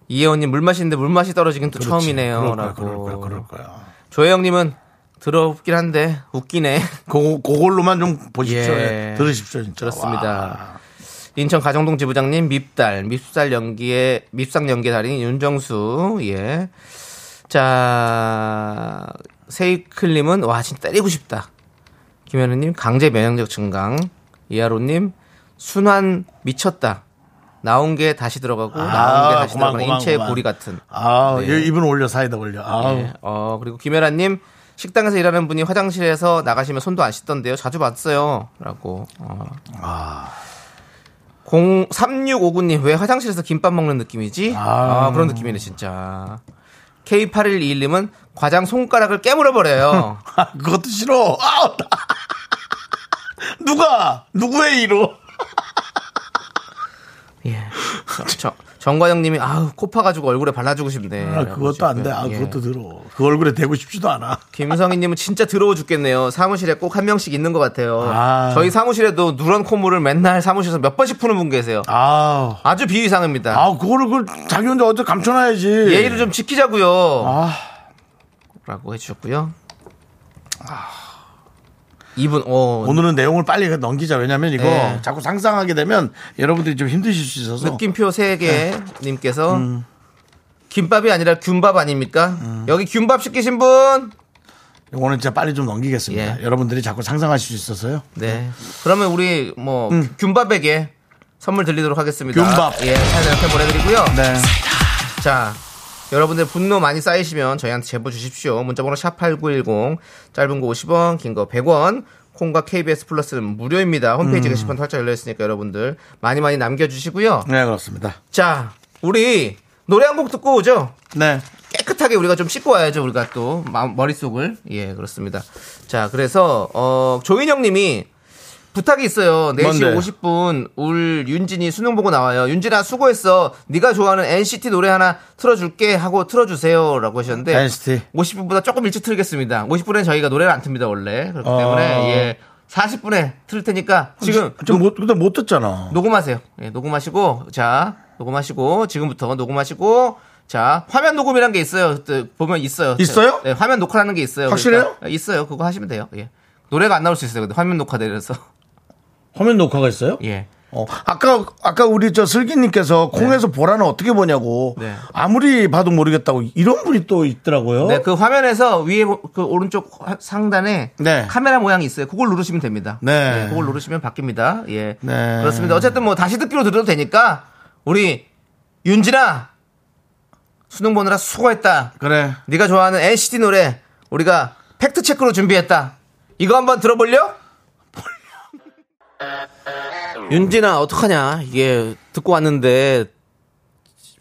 이혜원님 물 마시는데 물 맛이 떨어지긴 또
그럴 거야,
처음이네요라고.
그럴 거야, 그럴 거야.
조혜영님은 더럽긴 한데 웃기네.
고, 그걸로만 좀 보십시오.
예.
예, 들으십시오, 진짜.
그렇습니다. 인천 가정동 지부장님 밉달 밉살 연기의 밉상 연기 달인 윤정수 예. 자 세이클님은 와 진짜 때리고 싶다. 김현우님 강제 면역력 증강. 이하로님 순환 미쳤다. 나온 게 다시 들어가고 나온 게
아,
다시
고만,
들어가는
고만,
인체의
고만.
고리 같은.
아,
네.
입은 올려 사이다 올려. 아,
예. 어 그리고 김혜라님 식당에서 일하는 분이 화장실에서 나가시면 손도 안 씻던데요. 자주 봤어요.라고. 어.
아,
03659님 왜 화장실에서 김밥 먹는 느낌이지? 아, 그런 느낌이네 진짜. K8121님은 과장 손가락을 깨물어 버려요.
그것도 싫어. 아, 누가 누구의 이로?
예. 저- 저- 정과장님이 아우 코파가지고 얼굴에 발라주고 싶네.
아, 그것도 안 돼. 아,
예.
그것도 들어. 그 얼굴에 대고 싶지도 않아.
김성희님은 진짜 더러워 죽겠네요. 사무실에 꼭 한 명씩 있는 것 같아요.
아.
저희 사무실에도 누런 콧물을 맨날 사무실에서 몇 번씩 푸는 분 계세요.
아,
아주 비위상입니다.
아, 그거를 그 자기 혼자 어디 감춰놔야지.
예의를 좀 지키자고요.
아.
라고 해주셨고요. 아. 이분 어,
오늘은 내용을 빨리 넘기자. 왜냐면 이거
네.
자꾸 상상하게 되면 여러분들이 좀 힘드실 수 있어서.
느낌표 세개
네.
님께서
음.
김밥이 아니라 균밥 아닙니까? 여기 균밥 시키신 분?
오늘 진짜 빨리 좀 넘기겠습니다.
예.
여러분들이 자꾸 상상하실 수 있어서요.
네. 그러면 우리 뭐 균밥에게 선물 드리도록 하겠습니다.
음. 균밥.
예, 사연 이렇게 보내드리고요.
네.
자, 여러분들 분노 많이 쌓이시면 저희한테 제보 주십시오. 문자번호 샵8910, 짧은 거 50원, 긴 거 100원, 콩과 KBS 플러스는 무료입니다. 홈페이지 게시판 활짝 열려있으니까 여러분들 많이 많이 남겨주시고요.
네, 그렇습니다.
자, 우리 노래 한 곡 듣고 오죠?
네.
깨끗하게 우리가 좀 씻고 와야죠. 우리가 또 마음- 머릿속을. 예, 그렇습니다. 자, 그래서 어, 조인영 님이 부탁이 있어요. 4시
뭔데요?
50분 울 윤진이 수능 보고 나와요. 윤진아 수고했어. 네가 좋아하는 NCT 노래 하나 틀어 줄게 하고 틀어 주세요라고 하셨는데
NCT.
50분보다 조금 일찍 틀겠습니다. 50분에 저희가 노래를 안 틉니다, 원래. 그렇기 때문에
어.
예. 40분에 틀 테니까 지금
좀 못, 근데 못 듣잖아.
녹음하세요. 예, 녹음하시고 자 녹음하시고 지금부터 녹음하시고 자 화면 녹음이란 게 있어요. 또 보면 있어요.
있어요?
네, 화면 녹화라는 게 있어요.
확실해요?
그러니까, 예, 있어요. 그거 하시면 돼요. 예. 노래가 안 나올 수 있어요. 근데 화면 녹화되려서
화면 녹화가 있어요?
예.
어, 아까 아까 우리 저 슬기님께서 콩에서 보라는 어떻게 보냐고
네.
아무리 봐도 모르겠다고 이런 분이 또 있더라고요.
네, 그 화면에서 위에 보- 그 오른쪽 하- 상단에
네.
카메라 모양이 있어요. 그걸 누르시면 됩니다. 예,
네.
그걸 누르시면 바뀝니다. 예.
네.
그렇습니다. 어쨌든 뭐 다시 듣기로 들어도 되니까 우리 윤진아 수능 보느라 수고했다.
그래.
네가 좋아하는 NCT 노래 우리가 팩트 체크로 준비했다. 이거 한번 들어볼려? 윤진아 어떡하냐? 이게 듣고 왔는데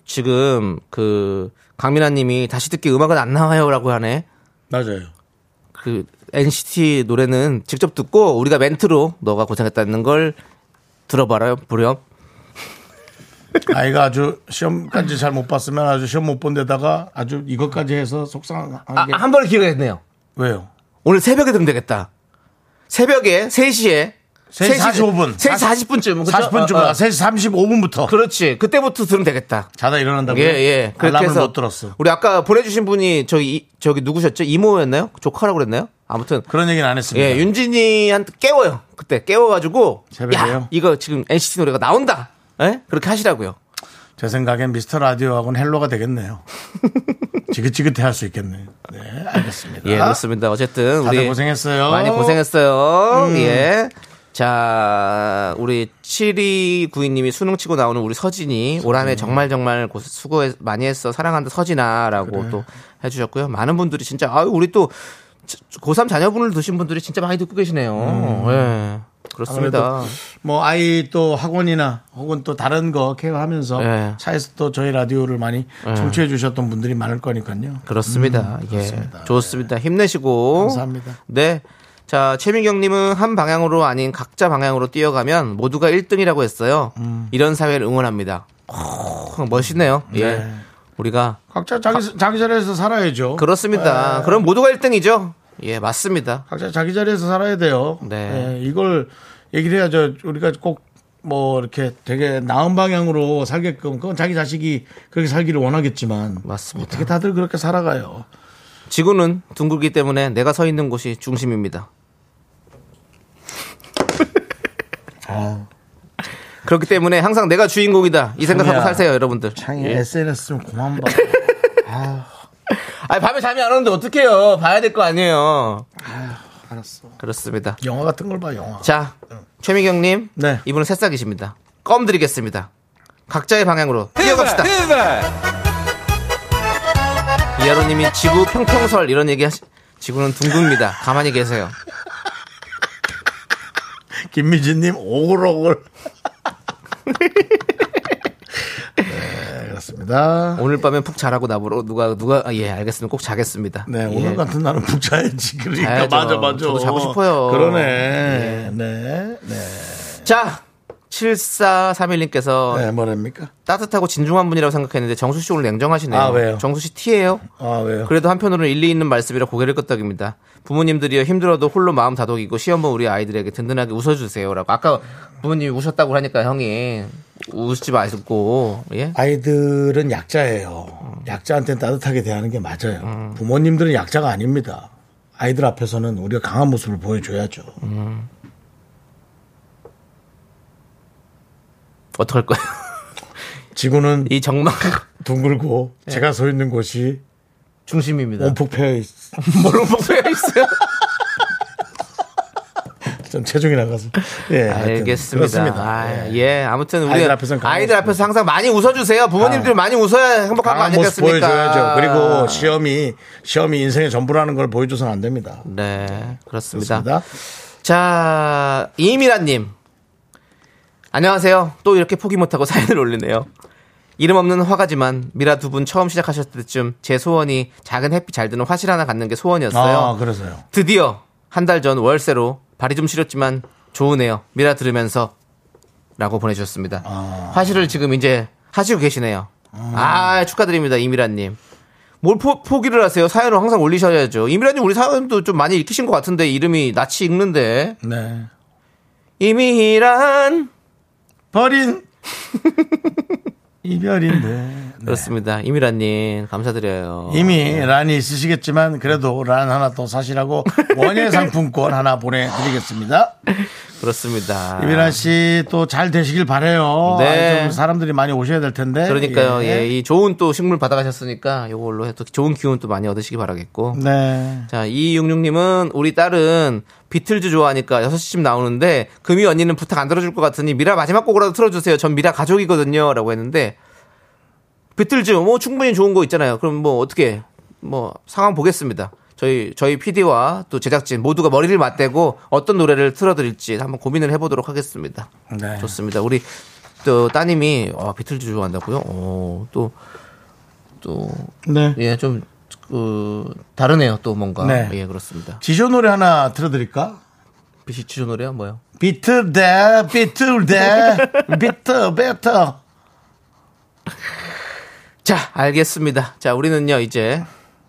지금 그 강민아님이 다시 듣기 음악은 안 나와요라고 하네.
맞아요.
그 NCT 노래는 직접 듣고 우리가 멘트로 너가 고생했다는 걸 들어봐라 부렴.
아이가 아주 시험까지 잘 못 봤으면 아주 시험 못 본 데다가 아주 이것까지 해서 속상하게
아, 한 번 기억했네요.
왜요?
오늘 새벽에 들으면 되겠다. 새벽에 3시에
3시 45 분.
3시 40분쯤. 어,
40분쯤 아, 3시 35분부터
그렇지. 그때부터 들으면 되겠다.
자다 일어난다고
예, 예.
알람을 못 들었어.
우리 아까 보내주신 분이 저기, 이- 저기 누구셨죠? 이모였나요? 조카라고 그랬나요? 아무튼.
그런 얘기는 안 했습니다.
예, 윤진이한테 깨워요. 그때 깨워가지고.
새벽에요?
야, 이거 지금 NCT 노래가 나온다. 예? 그렇게 하시라고요.
제 생각엔 미스터 라디오하고는 헬로가 되겠네요. 지긋지긋해 할 수 있겠네요. 네, 알겠습니다.
예, 그렇습니다. 어쨌든
다들
우리
고생했어요. 음.
많이 고생했어요. 예. 자, 우리 7292님이 수능 치고 나오는 우리 서진이 올 한해 정말 정말 고- 수고 해- 많이 했어. 사랑한다 서진아라고 또 해주셨고요. 많은 분들이 진짜 아유 우리 또 고3 자녀분을 두신 분들이 진짜 많이 듣고 계시네요. 예. 그렇습니다.
음. 아무래도 뭐 아이 또 학원이나 혹은 또 다른 거 케어하면서
예.
차에서 또 저희 라디오를 많이 청취해 주셨던 분들이 많을 거니까요.
그렇습니다. 예. 좋습니다. 힘내시고.
음, 네. 감사합니다.
네. 자, 최민경님은 한 방향으로 아닌 각자 방향으로 뛰어가면 모두가 1등이라고 했어요.
음.
이런 사회를 응원합니다. 오, 멋있네요. 예. 우리가.
각자 자기 자기 자리에서 살아야죠. 어, 네.
그렇습니다. 그럼 모두가 1등이죠. 예, 맞습니다.
각자 자기 자리에서 살아야 돼요.
네.
예, 이걸 얘기를 해야죠. 우리가 꼭 뭐 이렇게 되게 나은 방향으로 살게끔 그건 자기 자식이 그렇게 살기를 원하겠지만
맞습니다.
어떻게 다들 그렇게 살아가요.
지구는 둥글기 때문에 내가 서 있는 곳이 중심입니다.
아.
그렇기 때문에 항상 내가 주인공이다. 이 생각하고
참이야.
사세요, 여러분들.
창이 SNS 좀 그만 봐.
아 밤에 잠이 안 오는데 어떡해요. 봐야 될 거 아니에요. 알았어. 그렇습니다.
영화 같은 걸 봐, 영화.
자, 최미경님.
네.
이분은 새싹이십니다. 껌 드리겠습니다. 각자의 방향으로 뛰어갑시다. 이하로님이 지구 평평설 이런 얘기 하시, 지구는 둥글입니다. 가만히 계세요.
김미진님 오글오글. 네, 그렇습니다.
오늘 밤엔 푹 자라고 나보러 누가, 누가, 아, 예, 알겠습니다. 꼭 자겠습니다.
네,
예.
오늘 같은 날은 푹 자야지. 그러니까
자야죠.
맞아, 맞아.
저도 자고 싶어요. 예.
그러네. 네, 네.
자! 7431님께서
네, 뭐랍니까?
따뜻하고 진중한 분이라고 생각했는데 정수 씨 오늘 냉정하시네요.
아, 왜요?
정수 씨 티예요?
아, 왜요?
그래도 한편으로는 일리 있는 말씀이라 고개를 끄덕입니다. 부모님들이요 힘들어도 홀로 마음 다독이고 시험 본 우리 아이들에게 든든하게 웃어주세요라고 아까 부모님이 우셨다고 하니까 형이 웃지 마시고 예
아이들은 약자예요.
음.
약자한테는 따뜻하게 대하는 게 맞아요. 부모님들은 약자가 아닙니다. 아이들 앞에서는 우리가 강한 모습을 보여줘야죠.
어떡할 거예요?
지구는
이 예. 정막
둥글고 제가 서 있는 곳이
중심입니다.
온폭 패여 있
뭘로 먹어야 있어요?
좀 체중이 나가서. 예, 하여튼
알겠습니다.
그렇습니다.
아,
예.
예. 아무튼 우리
아이들 앞에서는 강한
아이들
모습
앞에서 항상 많이 웃어주세요. 부모님들 많이 웃어야 행복한 거
아. 강한 모습
아니겠습니까?
보여줘야죠. 그리고 시험이 시험이 인생의 전부라는 걸 보여줘서는 안 됩니다.
네 그렇습니다.
그렇습니다.
자, 이미라님. 안녕하세요. 또 이렇게 포기 못하고 사연을 올리네요. 이름 없는 화가지만 미라 두 분 처음 시작하셨을 때쯤 제 소원이 작은 햇빛 잘 드는 화실 하나 갖는 게 소원이었어요.
아, 그래서요.
드디어 한 달 전 월세로 발이 좀 시렸지만 좋으네요. 미라 들으면서 라고 보내주셨습니다. 화실을 지금 이제 하시고 계시네요. 아, 축하드립니다. 이미라님. 뭘 포, 포기를 하세요? 사연을 항상 올리셔야죠. 이미라님 우리 사연도 좀 많이 읽히신 것 같은데 이름이 낯이 읽는데.
네.
이미란
버린 이별인데. 네.
그렇습니다. 이미란님 감사드려요.
이미 란이
아.
있으시겠지만 그래도 란 하나 더 사시라고 원예 상품권 하나 보내드리겠습니다.
그렇습니다.
이민아 씨 또 잘 되시길 바래요.
네.
아, 좀 사람들이 많이 오셔야 될 텐데.
그러니까요.
예.
예, 이 좋은 또 식물 받아가셨으니까 요걸로 또 좋은 기운 또 많이 얻으시기 바라겠고.
네.
자, 2266님은 우리 딸은 비틀즈 좋아하니까 6시쯤 나오는데 금이 언니는 부탁 안 들어줄 것 같으니 미라 마지막 곡으로도 틀어주세요. 전 미라 가족이거든요. 라고 했는데 비틀즈 뭐 충분히 좋은 거 있잖아요. 그럼 뭐 어떻게 뭐 상황 보겠습니다. 저희 저희 PD와 또 제작진 모두가 머리를 맞대고 어떤 노래를 틀어드릴지 한번 고민을 해보도록 하겠습니다.
네.
좋습니다. 우리 또 따님이 아, 비틀즈 좋아한다고요? 어, 또또예좀
네.
그, 다르네요. 또 뭔가
네.
예 그렇습니다.
지조 노래 하나 들어드릴까?
비틀즈 노래요, 뭐요?
비트 대 비트 대 어, 비트 베터
자, 알겠습니다. 자, 우리는요 이제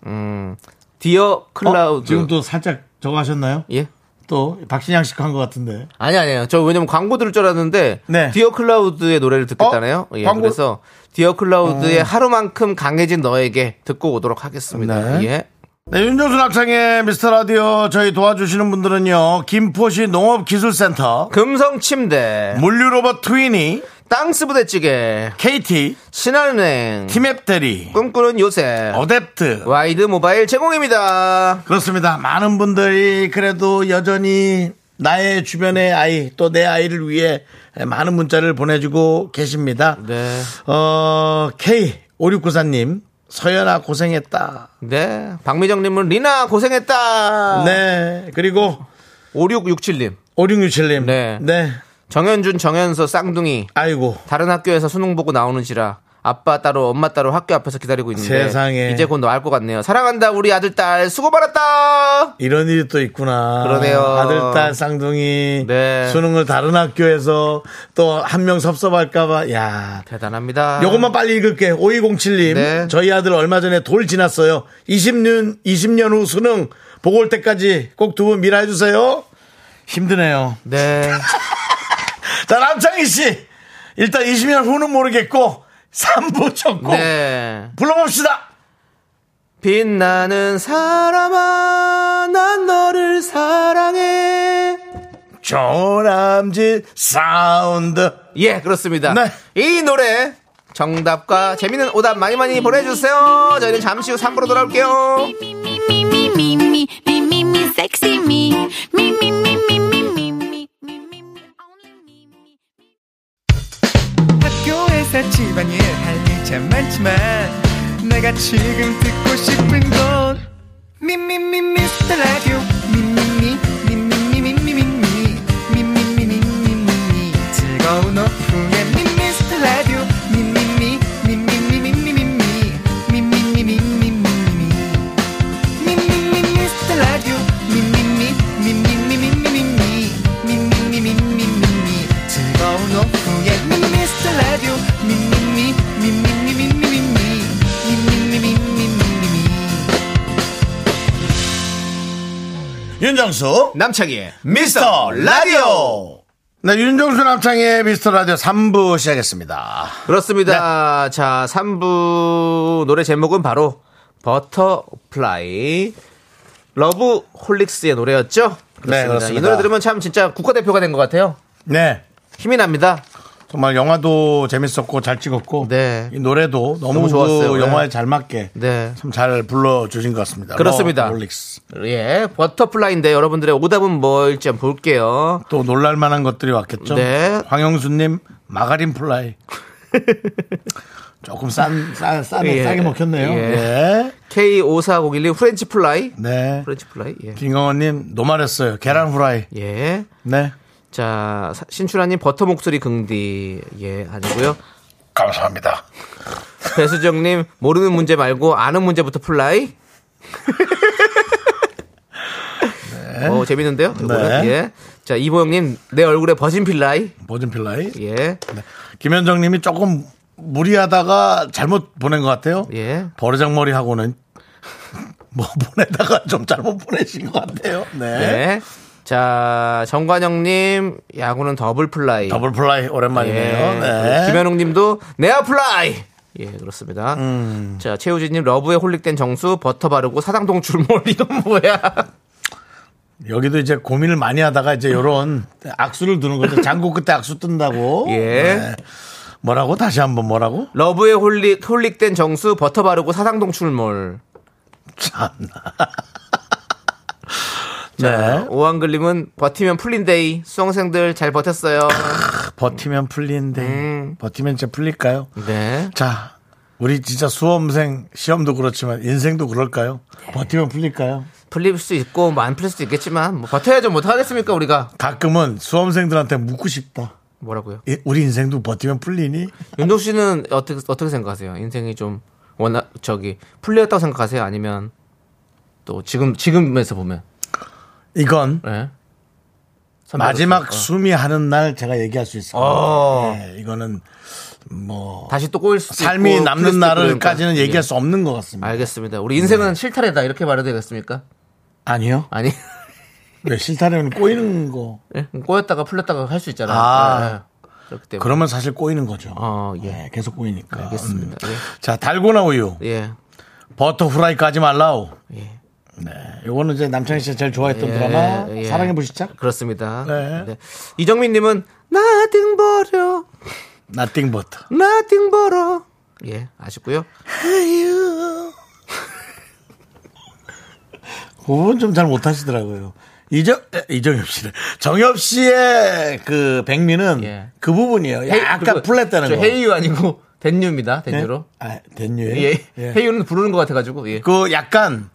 음 디어 클라우드
지금 또 살짝 저거 하셨나요?
예
또 박신양 씨거 한것 같은데.
아니 아니에요. 저 왜냐면 광고 들을 줄 알았는데
네.
디어 클라우드의 노래를 듣겠다네요.
어?
예,
광고-
그래서 디어 클라우드의 하루만큼 강해진 너에게 듣고 오도록 하겠습니다.
네.
예.
네, 윤정수 학창의 미스터 라디오 저희 도와주시는 분들은요. 김포시 농업기술센터,
금성 침대,
물류로봇 트윈이,
땅스 부대찌개,
KT,
음. 신한은행,
티맵 대리,
꿈꾸는 요새,
어댑트.
네. 와이드 모바일 제공입니다.
그렇습니다. 많은 분들이 그래도 여전히 나의 주변의 아이 또 내 아이를 위해 많은 문자를 보내주고 계십니다.
네.
어, K5694님, 서연아 고생했다.
네. 박미정님은 리나 고생했다.
네. 그리고
5667님.
5667님.
네.
네.
정현준, 정현서, 쌍둥이.
아이고.
다른 학교에서 수능 보고 나오는지라 아빠 따로 엄마 따로 학교 앞에서 기다리고 있는데
세상에.
이제 곧 나올 것 같네요. 사랑한다 우리 아들 딸 수고 많았다.
이런 일이 또 있구나.
그러네요.
아들, 딸, 쌍둥이.
네.
수능을 다른 학교에서 또 한 명 섭섭할까봐. 야
대단합니다.
아. 요것만 빨리 읽을게. 5207님.
네.
저희 아들 얼마 전에 돌 지났어요. 20년, 20년 후 수능 보고 올 때까지 꼭 두 분 미라 해주세요. 힘드네요.
네.
자, 남창희 씨. 일단 20년 후는 모르겠고, 3부 첫곡
네.
불러봅시다.
빛나는 사람아 난 너를 사랑해.
조남지 사운드.
예, 그렇습니다.
네.
이 노래 정답과 재밌는 오답 많이 많이 보내주세요. 저희는 잠시 후 3부로 돌아올게요.
Me, me, me, me, me, me, me, sexy me. Me, me, me, me, me, me, me, me, me, me, only me, me.
학교에서 집안일 할 일 참 많지만 내가 지금 듣고 싶은 건 미미미 미스터 라디오 미미미 미미미 미미미 미미미 미미미 미미미 즐거운 오후에 미스터 라디오 미미미 미미미 미미미 미미미 미미미 미미미
윤정수.
남창희의
네. 미스터 라디오. 네, 윤정수 남창의 미스터 라디오 3부 시작했습니다.
그렇습니다.
네.
자, 3부 노래 제목은 바로 버터플라이 러브 홀릭스의 노래였죠.
네, 그렇습니다.
이 노래 들으면 참 진짜 국가대표가 된 것 같아요.
네.
힘이 납니다.
정말 영화도 재밌었고 잘 찍었고
네.
이 노래도 너무,
너무 좋았어요.
그
네.
영화에 잘 맞게
네.
참 잘 불러주신 것 같습니다.
그렇습니다.
러- 롤릭스.
예, 버터플라이인데 여러분들의 오답은 뭘지 한번 볼게요.
또 놀랄만한 것들이 왔겠죠.
네.
황영수님 마가린 플라이. 조금 싼, 싸, 싸네,
예.
싸게 먹혔네요.
예.
네.
K5401님 프렌치 플라이.
네.
프렌치 플라이. 예.
김강원님 노말했어요. 계란 후라이.
예.
네.
자, 사- 신춘하님 버터 목소리 긍디. 예, 아니고요.
감사합니다.
배수정님 모르는 문제 말고 아는 문제부터 플라이. 어 재밌는데요. 이거는?
네.
예. 자 이보영님 내 얼굴에 버진 필라이.
보진 필라이.
예.
네. 김현정님이 조금 무리하다가 잘못 보낸 것 같아요.
예.
버르장머리 하고는 뭐 보내다가 좀 잘못 보내신 것 같아요. 네.
네. 자 정관영님 야구는 더블 플라이.
더블 플라이 오랜만이네요.
예.
네.
김현웅님도 내아 플라이. 예 그렇습니다.
음.
자 최우진님 러브에 홀릭된 정수 버터 바르고 사당동 줄몰 이건 뭐야?
여기도 이제 고민을 많이 하다가 이제 요런 악수를 두는 거죠. 장고 끝에 악수 뜬다고. 네.
예.
뭐라고? 다시 한번 뭐라고?
러브에 홀릭, 홀릭된 정수 버터 바르고 사상동 출몰.
네.
오한글님은 버티면 풀린데이. 수험생들 잘 버텼어요.
버티면 풀린데.
음.
버티면 진짜 풀릴까요?
네.
자, 우리 진짜 수험생 시험도 그렇지만 인생도 그럴까요?
네.
버티면 풀릴까요?
풀릴 수 있고 뭐안 풀릴 수도 있겠지만 뭐 버텨야죠. 못하겠습니까 우리가.
가끔은 수험생들한테 묻고 싶다.
뭐라고요?
이- 우리 인생도 버티면 풀리니?
윤종 씨는 어떻게 어떻게 생각하세요? 인생이 좀 워낙 저기 풀렸다고 생각하세요? 아니면 또 지금 지금에서 보면
이건
예.
마지막
선배로서.
숨이 하는 날 제가 얘기할 수 있을 것
어.
같아요. 예, 이거는 뭐
다시 또 꼬일 수도
삶이
있고, 풀릴
남는
수도 있고
날을까지는
그러니까.
얘기할
예.
수 네. 없는 것 같습니다.
알겠습니다. 우리 인생은 실타래다 이렇게 말해도 되겠습니까?
아니요.
아니
왜 실타래는 꼬이는 거.
예? 꼬였다가 풀렸다가 할 수 있잖아요.
아.
예. 그렇기 때문에
그러면 사실 꼬이는 거죠.
어, 예.
예, 계속 꼬이니까.
알겠습니다.
음. 자, 달고나 우유.
예. 예.
버터 후라이까지 하지 말라오.
예.
네. 요거는 이제 남창희 씨가 제일 좋아했던 드라마
예.
사랑의 불시착
그렇습니다.
네.
이정민 님은 나등 버려.
나띵 버터.
나팅 벌어. 예, 아쉽고요.
그 부분 좀 잘 못하시더라고요. 이정 에, 이정엽 씨를 정엽 씨의 그 백미는
예.
그 부분이에요. 약간
그리고
풀렸다는
저
거.
헤이유 아니고 댄유입니다. 댄유로.
아, 됐뉴.
예.
예. 예.
헤이유는 부르는 것 같아 가지고. 예.
그 약간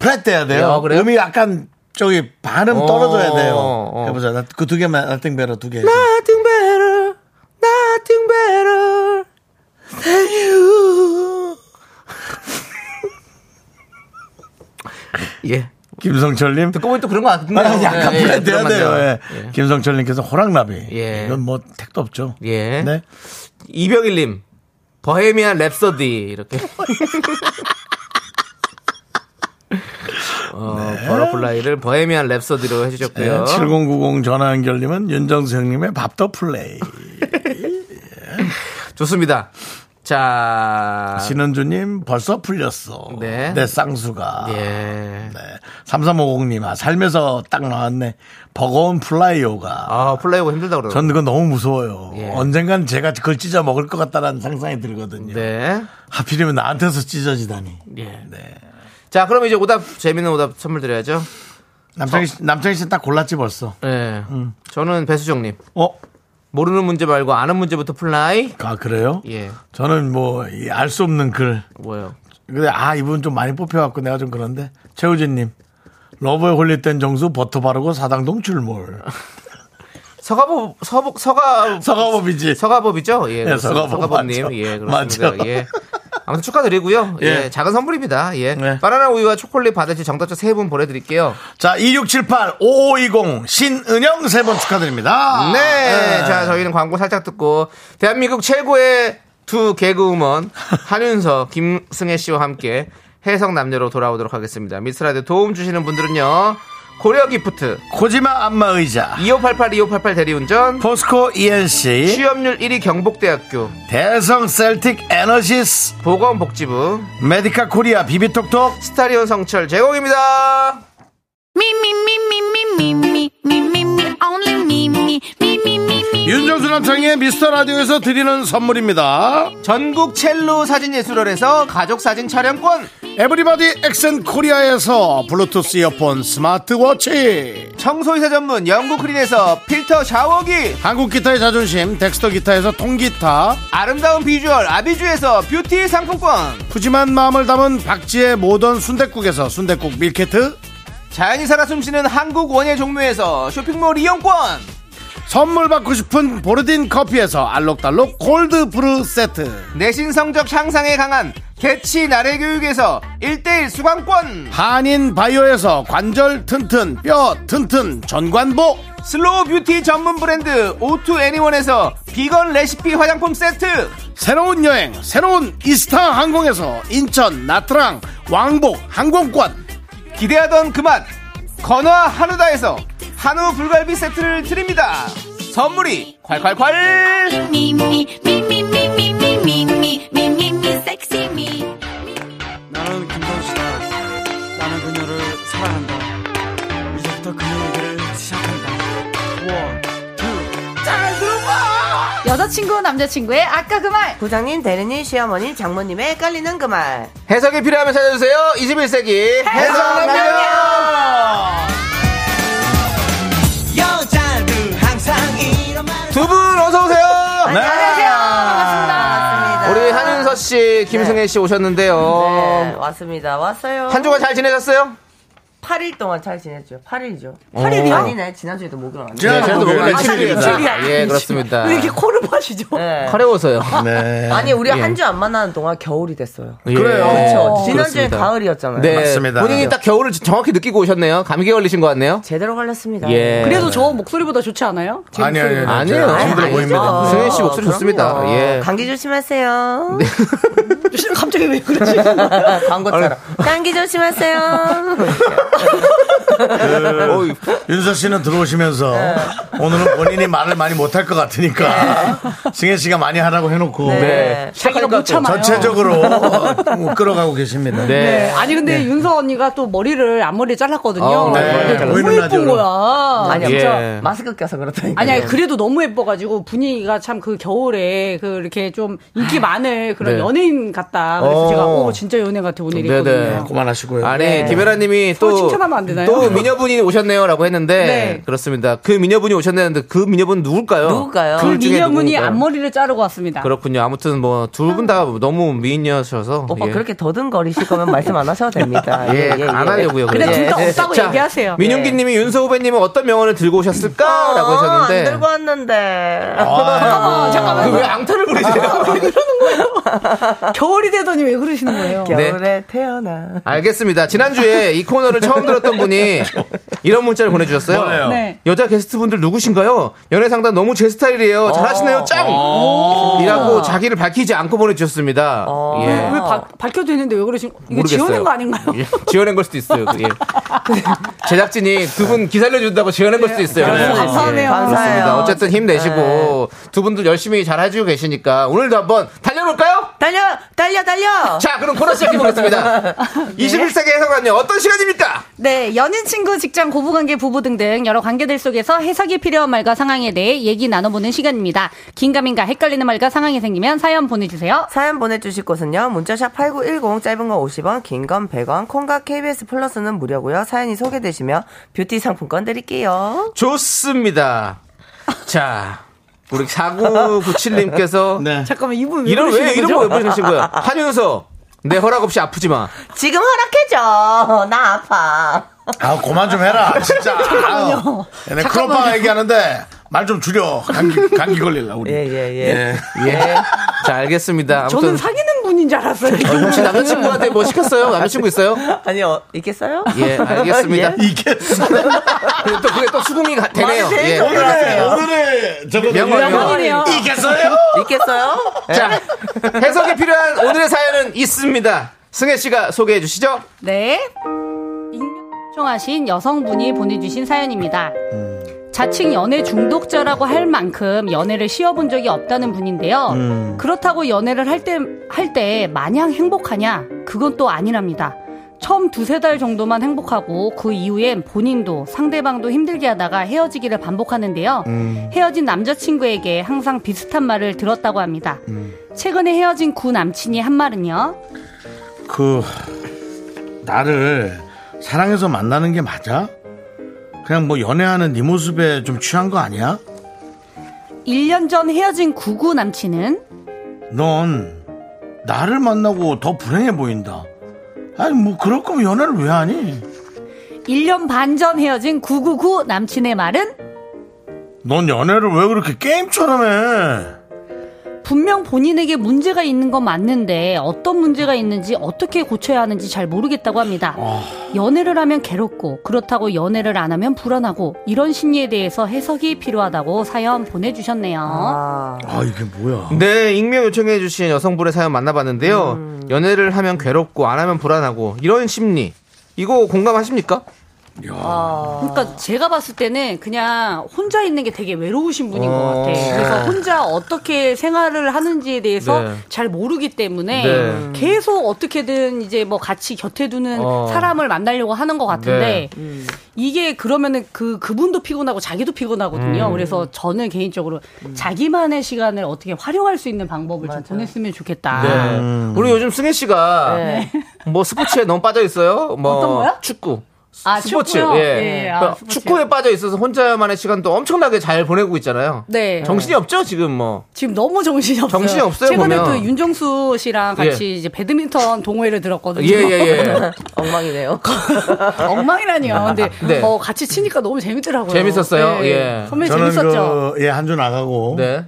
플랫돼야 돼요.
예, 아, 그래요?
음이 약간 저기 반음
어,
떨어져야 돼요.
어.
해보자. 그 두 개만 나띵 베러 두 개.
Nothing better. Nothing better. Than you. 예.
김성철님.
듣고 보니 또 그런 거 같은데.
아, 약간 플랫돼야 돼요. 예.
예.
김성철님께서 호랑나비.
예.
이건 뭐 택도 없죠.
예.
네.
이병일 님. 버헤미안 랩서디 이렇게. 어,
네.
버러플라이를 버헤미안 랩서디로 해 주셨고요.
7090 네, 전화 연결님은 윤정수 형님의 밥더 플레이.
좋습니다. 자.
신은주님 벌써 풀렸어.
아. 네.
내 쌍수가.
예.
네. 3350님, 아, 살면서 딱 나왔네. 버거운 플라이오가.
아, 플라이오가 힘들다 그러고.
전 그거 너무 무서워요.
예.
언젠간 제가 그걸 찢어 먹을 것 같다라는 상상이 들거든요.
네.
하필이면 나한테서 찢어지다니.
예. 자, 그럼 이제 오답 재밌는 오답 선물 드려야죠.
남창희 씨, 남창희 씨는 딱 골랐지 벌써.
예.
음.
저는 배수정 님.
어?
모르는 문제 말고 아는 문제부터 플라이.
아, 그래요?
예.
저는 뭐, 알 수 없는 글.
뭐예요?
근데 아 이분 좀 많이 뽑혀갖고 내가 좀 그런데 최우진님 러브에 홀릴땐 정수 버터 바르고 사당동 출몰
서가법 서복 서가
서가법이지
서가법이죠? 예.
네,
그렇습니다.
서가법
서가법님.
맞죠.
예, 그렇습니다.
맞죠.
예. 아무튼 축하드리고요. 예.
예.
작은 선물입니다. 예.
네.
바나나 우유와 초콜릿 받으실 정답자 세 분 보내드릴게요.
자 2678-5520 신은영 세 번 축하드립니다
네.
예.
자, 저희는 광고 살짝 듣고 대한민국 최고의 두 개그우먼 한윤서, 김승혜 씨와 함께 해석 남녀로 돌아오도록 하겠습니다. 미스라드 도움 주시는 분들은요. 고려 기프트,
코지마 안마의자
2588, 2588 대리운전,
포스코 ENC
취업률 1위 경북대학교,
대성 셀틱 에너시스
보건복지부,
메디카 코리아 비비톡톡
스타리온 성철 제공입니다.
Me, me, me, me, me, me, me, me, me, me, only me, me, me, me, me, me.
윤정수 남창의 미스터 라디오에서 드리는 선물입니다
전국 첼로 사진예술원에서 가족사진 촬영권
에브리바디 엑센 코리아에서 블루투스 이어폰 스마트워치
청소이사 전문 영국크린에서 필터 샤워기
한국 기타의 자존심 덱스터 기타에서 통기타
아름다운 비주얼 아비주에서 뷰티 상품권
푸짐한 마음을 담은 박지의 모던 순댓국에서순댓국 밀키트
자연이 살아 숨쉬는 한국 원예 종묘에서 쇼핑몰 이용권
선물 받고 싶은 보르딘 커피에서 알록달록 골드 브루 세트
내신 성적 향상에 강한 개치 나래 교육에서 1대1 수강권
한인 바이오에서 관절 튼튼 뼈 튼튼 전관보
슬로우 뷰티 전문 브랜드 오투 애니원에서 비건 레시피 화장품 세트
새로운 여행 새로운 이스타 항공에서 인천 나트랑 왕복 항공권
기대하던 그만 건화 한우다에서 한우 불갈비 세트를 드립니다 선물이 콸콸콸
Me, me, me, me, me, me, me, me, me, me, me, me, sexy me.
나는 김선수다. 나는 그녀를 사랑한다. 이제
남자친구의 아까 그 말
부장님, 대리님, 시어머니, 장모님의 깔리는 그 말.
해석이 필요하면 찾아주세요. 21세기 해석남녀
여자들 항상 이런 말 네.
두 분 어서 오세요. 네.
반갑습니다.
우리 한윤서 씨, 김승혜 씨 오셨는데요.
네, 왔습니다. 왔어요.
한 주간 잘 지내셨어요?
8일 동안 잘 지냈죠. 8일이죠. 8일이 아니네. 지난주에도 목요일 왔네.
지난주
그래도
목요일
어. 목요일
칠일입니다.
칠일이야. 예, 그렇습니다.
왜 이렇게 코를 파시죠? 네.
카레워서요.
네.
아니, 우리
예. 네.
한 주 안 만나는 동안 겨울이 됐어요.
그래요.
그렇죠. 지난주에
그렇습니다.
가을이었잖아요.
네,
맞습니다.
본인이 딱 겨울을 정확히 느끼고 오셨네요. 감기 걸리신 것 같네요.
제대로 걸렸습니다.
예.
그래도 저 목소리보다 좋지 않아요?
아니, 아니, 아니.
아니에요.
제가 힘들어
아니,
보입니다.
어,
승혜 씨 목소리 좋습니다.
그럼요.
예. 네.
감기 조심하세요.
갑자기 왜 그러지?
광고처럼. 감기 조심하세요.
윤서 씨는 들어오시면서 오늘은 본인이 말을 많이 못할 것 같으니까 승혜 씨가 많이 하라고 해놓고
네.
자기가 못 참아요.
전체적으로 어, 끌어가고 계십니다.
네. 아니 근데 윤서 언니가 또 머리를 앞머리 잘랐거든요.
어, 네.
근데
보이는
너무 예쁜
라디오로.
거야.
아니야,
예.
진짜 마스크 껴서 그렇다니까.
네.
아니야 그래도 너무 예뻐가지고 분위기가 참 그 겨울에 그 이렇게 좀 인기 많을 그런
네.
연예인 같다. 그래서
어.
제가 오 진짜 연예인 같아 오늘
네네.
이랬거든요.
그만하시고요.
아니 김혜라님이
서로
또
칭찬하면 안 되나요?
또 미녀분이 오셨네요라고 했는데
네.
그렇습니다. 그 미녀분이 오셨는데 그 미녀분 누굴까요?
누굴까요?
그
둘 중에
미녀분이
누굴까요?
앞머리를 자르고 왔습니다.
그렇군요. 아무튼 뭐 둘 분 다 너무 미녀셔서
어, 뭐
오빠
예.
어, 뭐 그렇게 더듬거리실 거면 말씀 안 하셔도 됩니다.
예, 안 하려고요.
근데
그냥.
둘 다
예.
없다고
자,
얘기하세요. 네. 어,
민윤기님이 윤서 후배님은 어떤 명언을 들고 오셨을까라고
안
하셨는데 아,
들고 왔는데.
잠깐만 잠깐만
그왜 앙탈을 부리세요?
겨울이 되더니 왜 그러시는
아,
거예요?
네.
겨울에 태어나.
알겠습니다. 지난주에 이 코너를 처음 들었던 분이 이런 문자를 보내주셨어요.
뭐예요?
네.
여자 게스트분들 누구신가요? 연애 상담 너무 제
어.
스타일이에요. 잘하시네요, 짱! 이라고 자기를 밝히지 않고 보내주셨습니다.
어.
왜
예.
바- 밝혀도 있는데 왜 그러신? 이거
모르겠어요.
지어낸 거 아닌가요?
예. 지어낸 걸 수도 있어요. 그, 예. 제작진이 두 분 기사를 준다고 지어낸 걸 수도 있어요.
너무
그래서.
감사하네요.
예. 그렇습니다. 어쨌든 힘내시고 두 분들 열심히 잘 해주고 계시니까 오늘도 한번 달려볼까요?
달려, 달려, 달려.
자, 그럼 코너 시작해보겠습니다. 21세기 해석은요, 어떤 시간입니까?
네, 연인, 친구, 직장, 고부관계, 부부 등등 여러 관계들 속에서 해석이 필요한 말과 상황에 대해 얘기 나눠보는 시간입니다. 긴가민가 헷갈리는 말과 상황이 생기면 사연 보내주세요.
사연 보내주실 곳은요. 문자샵 8910 짧은 거 50원, 긴 건 100원, 콩과 KBS 플러스는 무료고요. 사연이 소개되시면 뷰티 상품권 드릴게요.
좋습니다. 자, 우리 4997님께서
네.
잠깐만 이분 왜
이런 왜
그러시는
이런
거죠?
거왜 보내신 거야? 한윤서, 내 허락 없이 아프지 마.
지금 허락해줘. 나 아파.
아, 그만 좀 해라. 진짜. 잠깐만요. 얘네 크로파가 얘기하는데 말 좀 줄여. 감기, 감기 걸릴라, 우리. 네.
예, 예, 예.
예. 자, 알겠습니다.
저는
아무튼
사귀는 분인 줄 알았어요.
혹시 남자친구한테 뭐 시켰어요? 남자친구 있어요?
아니요, 있겠어요?
예, 알겠습니다.
이게
또 그게 또 수긍이 가- 되네요.
많이 되죠.
예.
오늘의, 오늘의 저거
명언, 명언.
아니에요.
이겠어요?
있겠어요?
자, 예. 해석이 필요한 오늘의 사연은 있습니다. 승혜 씨가 소개해 주시죠.
네. 익명 요청하신 여성분이 보내주신 사연입니다. 자칭 연애 중독자라고 할 만큼 연애를 쉬어본 적이 없다는 분인데요. 그렇다고 연애를 할 때, 할 때 마냥 행복하냐? 그건 또 아니랍니다. 처음 두세 달 정도만 행복하고 그 이후엔 본인도 상대방도 힘들게 하다가 헤어지기를 반복하는데요. 헤어진 남자친구에게 항상 비슷한 말을 들었다고 합니다. 최근에 헤어진 구 남친이 한 말은요.
그, 나를 사랑해서 만나는 게 맞아? 그냥 뭐 연애하는 네 모습에 좀 취한 거 아니야?
1년 전 헤어진 구구 남친은
넌 나를 만나고 더 불행해 보인다. 아니, 뭐, 그럴 거면 연애를 왜 하니?
1년 반 전 헤어진 999 남친의 말은
넌 연애를 왜 그렇게 게임처럼 해?
분명 본인에게 문제가 있는 건 맞는데 어떤 문제가 있는지 어떻게 고쳐야 하는지 잘 모르겠다고 합니다. 연애를 하면 괴롭고 그렇다고 연애를 안 하면 불안하고 이런 심리에 대해서 해석이 필요하다고 사연 보내주셨네요.
아,
아, 이게 뭐야.
네, 익명 요청해주신 여성분의 사연 만나봤는데요. 연애를 하면 괴롭고 안 하면 불안하고 이런 심리 이거 공감하십니까? 아.
그러니까 제가 봤을 때는 그냥 혼자 있는 게 되게 외로우신 분인 것 같아.
어.
그래서 혼자 어떻게 생활을 하는지에 대해서
네.
잘 모르기 때문에
네.
계속 어떻게든 이제 뭐 같이 곁에 두는
어.
사람을 만나려고 하는 것 같은데 음.
네.
이게 그러면은 그 그분도 피곤하고 자기도 피곤하거든요.
음.
그래서 저는 개인적으로 자기만의 시간을 어떻게 활용할 수 있는 방법을 좀 보냈으면 좋겠다.
네. 우리 요즘 승혜 씨가
네.
뭐 스포츠에 너무 빠져 있어요. 뭐
어떤 거요?
축구.
아,
스포츠.
축구요?
예.
예, 아,
그러니까
스포츠요.
축구에 빠져 있어서 혼자만의 시간도 엄청나게 잘 보내고 있잖아요.
네.
정신이 없죠, 지금 뭐.
지금 너무 정신이 없어요.
정신이 없어요,
최근에
보면.
또 윤정수 씨랑 같이
예.
이제 배드민턴 동호회를 들었거든요.
예, 예, 예.
엉망이네요.
엉망이라니요. 근데
네.
어, 같이 치니까 너무 재밌더라고요. 네.
재밌었어요? 예.
선배님
저는
재밌었죠?
그, 예, 한 주 나가고.
네.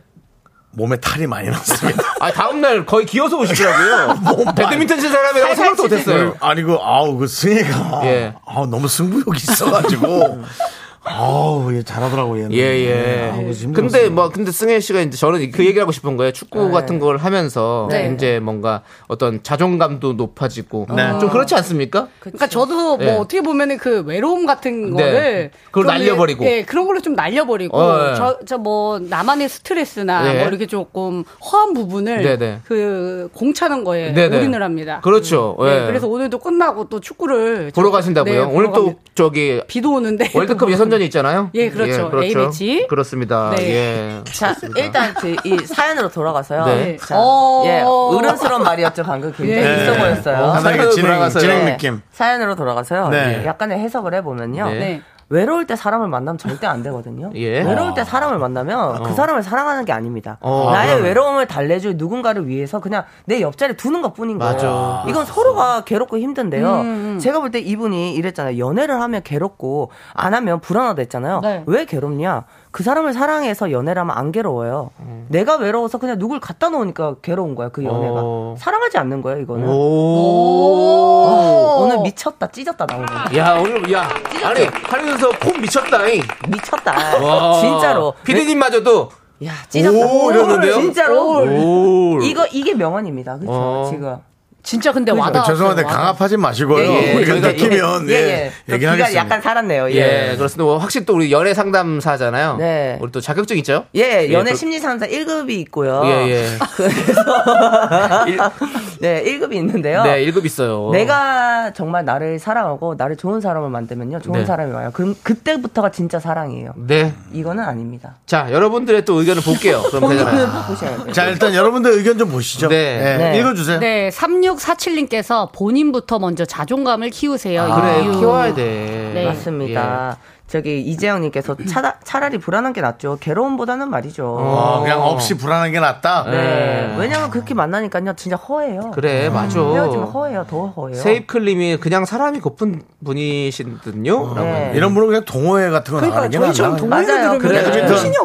몸에 탈이 많이 났습니다.
아, 다음날 거의 기어서
아,
오시더라고요. 배드민턴 친 사람이라고 아, 생각도 못했어요.
아니, 그, 아우, 그 승혜가.
예.
아우, 너무 승부욕이 있어가지고. 아우, 얘 잘하더라고, 얘는.
예, 예.
아우, 그래서 힘들었어요.
근데 뭐, 근데 승혜 씨가 이제 저는 그 얘기를 하고 싶은 거예요. 축구 같은 걸 하면서
네.
이제 뭔가 어떤 자존감도 높아지고 어.
네.
좀 그렇지 않습니까?
그러니까 저도 뭐
예.
어떻게 보면은 그 외로움 같은
네.
거를
그걸
그런 일-
날려버리고.
예, 그런 걸로 좀 날려버리고
어, 예.
저 저 뭐 나만의 스트레스나
예.
뭐 이렇게 조금 허한 부분을
네, 네.
그 공차는 거에
네네.
올인을 합니다.
그렇죠.
네,
예.
그래서 오늘도 끝나고 또 축구를
보러
저- 네,
가신다고요?
보러
오늘 또
갑니다.
저기
비도 오는데
월드컵 예선전이 있잖아요.
예, 그렇죠. A, B, G.
그렇습니다.
네.
예.
자, 일단 그 이 사연으로 돌아가서요.
네.
자,
어.
예, 어른스러운 말이었죠 방금 굉장히
예.
있어 보였어요.
어, 상당히
사연으로
진행,
돌아가서요. 예.
진행
네.
느낌.
사연으로 돌아가서요. 예,
네.
약간의 해석을 해보면요.
네.
네.
외로울 때 사람을 만나면 절대 안 되거든요.
예.
외로울 때 사람을 만나면 그 사람을 사랑하는 게 아닙니다.
어,
나의
그러네.
외로움을 달래줄 누군가를 위해서 그냥 내 옆자리에 두는 것 뿐인 거예요.
맞아.
이건 서로가 괴롭고 힘든데요. 제가 볼 때 이분이 이랬잖아요. 연애를 하면 괴롭고 안 하면 불안하다 했잖아요.
네.
왜 괴롭냐? 그 사람을 사랑해서 연애를 하면 안 괴로워요. 내가 외로워서 그냥 누굴 갖다 놓으니까 괴로운 거야, 그 연애가.
어.
사랑하지 않는 거예요, 이거는. 아,
오.
오, 늘 미쳤다, 찢었다 나오는 거.
야, 오늘, 야. 아니, 하면서 콩 미쳤다잉.
미쳤다.
와.
진짜로. 네.
피디님마저도.
야, 찢었다.
오, 이러는데요?
진짜로.
오.
이거 이게 명언입니다. 그렇죠?
어.
지금.
진짜 근데
그죠?
와닿았어요.
아, 죄송한데
와닿았어요.
강압하지 마시고요.
예, 예.
우리가
저희가
느끼면
그러니까 아, 예,
예,
예. 또 귀가
얘기하겠습니다.
약간 살았네요.
예,
예.
그렇습니다. 뭐 확실히 또 우리 연애 상담사잖아요.
네.
우리 또 자격증 있죠?
예, 연애
그-
심리상담사 1급이 있고요.
예, 예.
그래서 네, 1급이 있는데요.
네, 1급 있어요.
내가 정말 나를 사랑하고 나를 좋은 사람을 만들면요. 좋은
네.
사람이 와요. 그럼 그때부터가 진짜 사랑이에요.
네.
이거는 아닙니다.
자, 여러분들의 또 의견을 볼게요. 그럼 되잖아요.
보셔야 돼요.
자, 일단 여러분들 의견 좀 보시죠.
네.
예,
네.
읽어주세요.
네, 3647님께서 본인부터 먼저 자존감을 아, 키우세요.
그래,
이유.
키워야 돼. 예.
네.
맞습니다. 저기 이재영님께서 차라, 차라리 불안한 게 낫죠. 괴로움보다는 말이죠.
어, 그냥 없이 불안한 게 낫다.
네. 왜냐면 그렇게 만나니까요. 진짜 허해요.
그래, 맞아.
헤어지면 음. 허해요. 더 허해요.
세이클님이 그냥 사람이 고픈 분이신 듯요? 라고
네.
이런 분은 그냥 동호회 같은 거
그러니까
나가는 게 낫나?
맞아요. 그래.
배드민턴.
정신이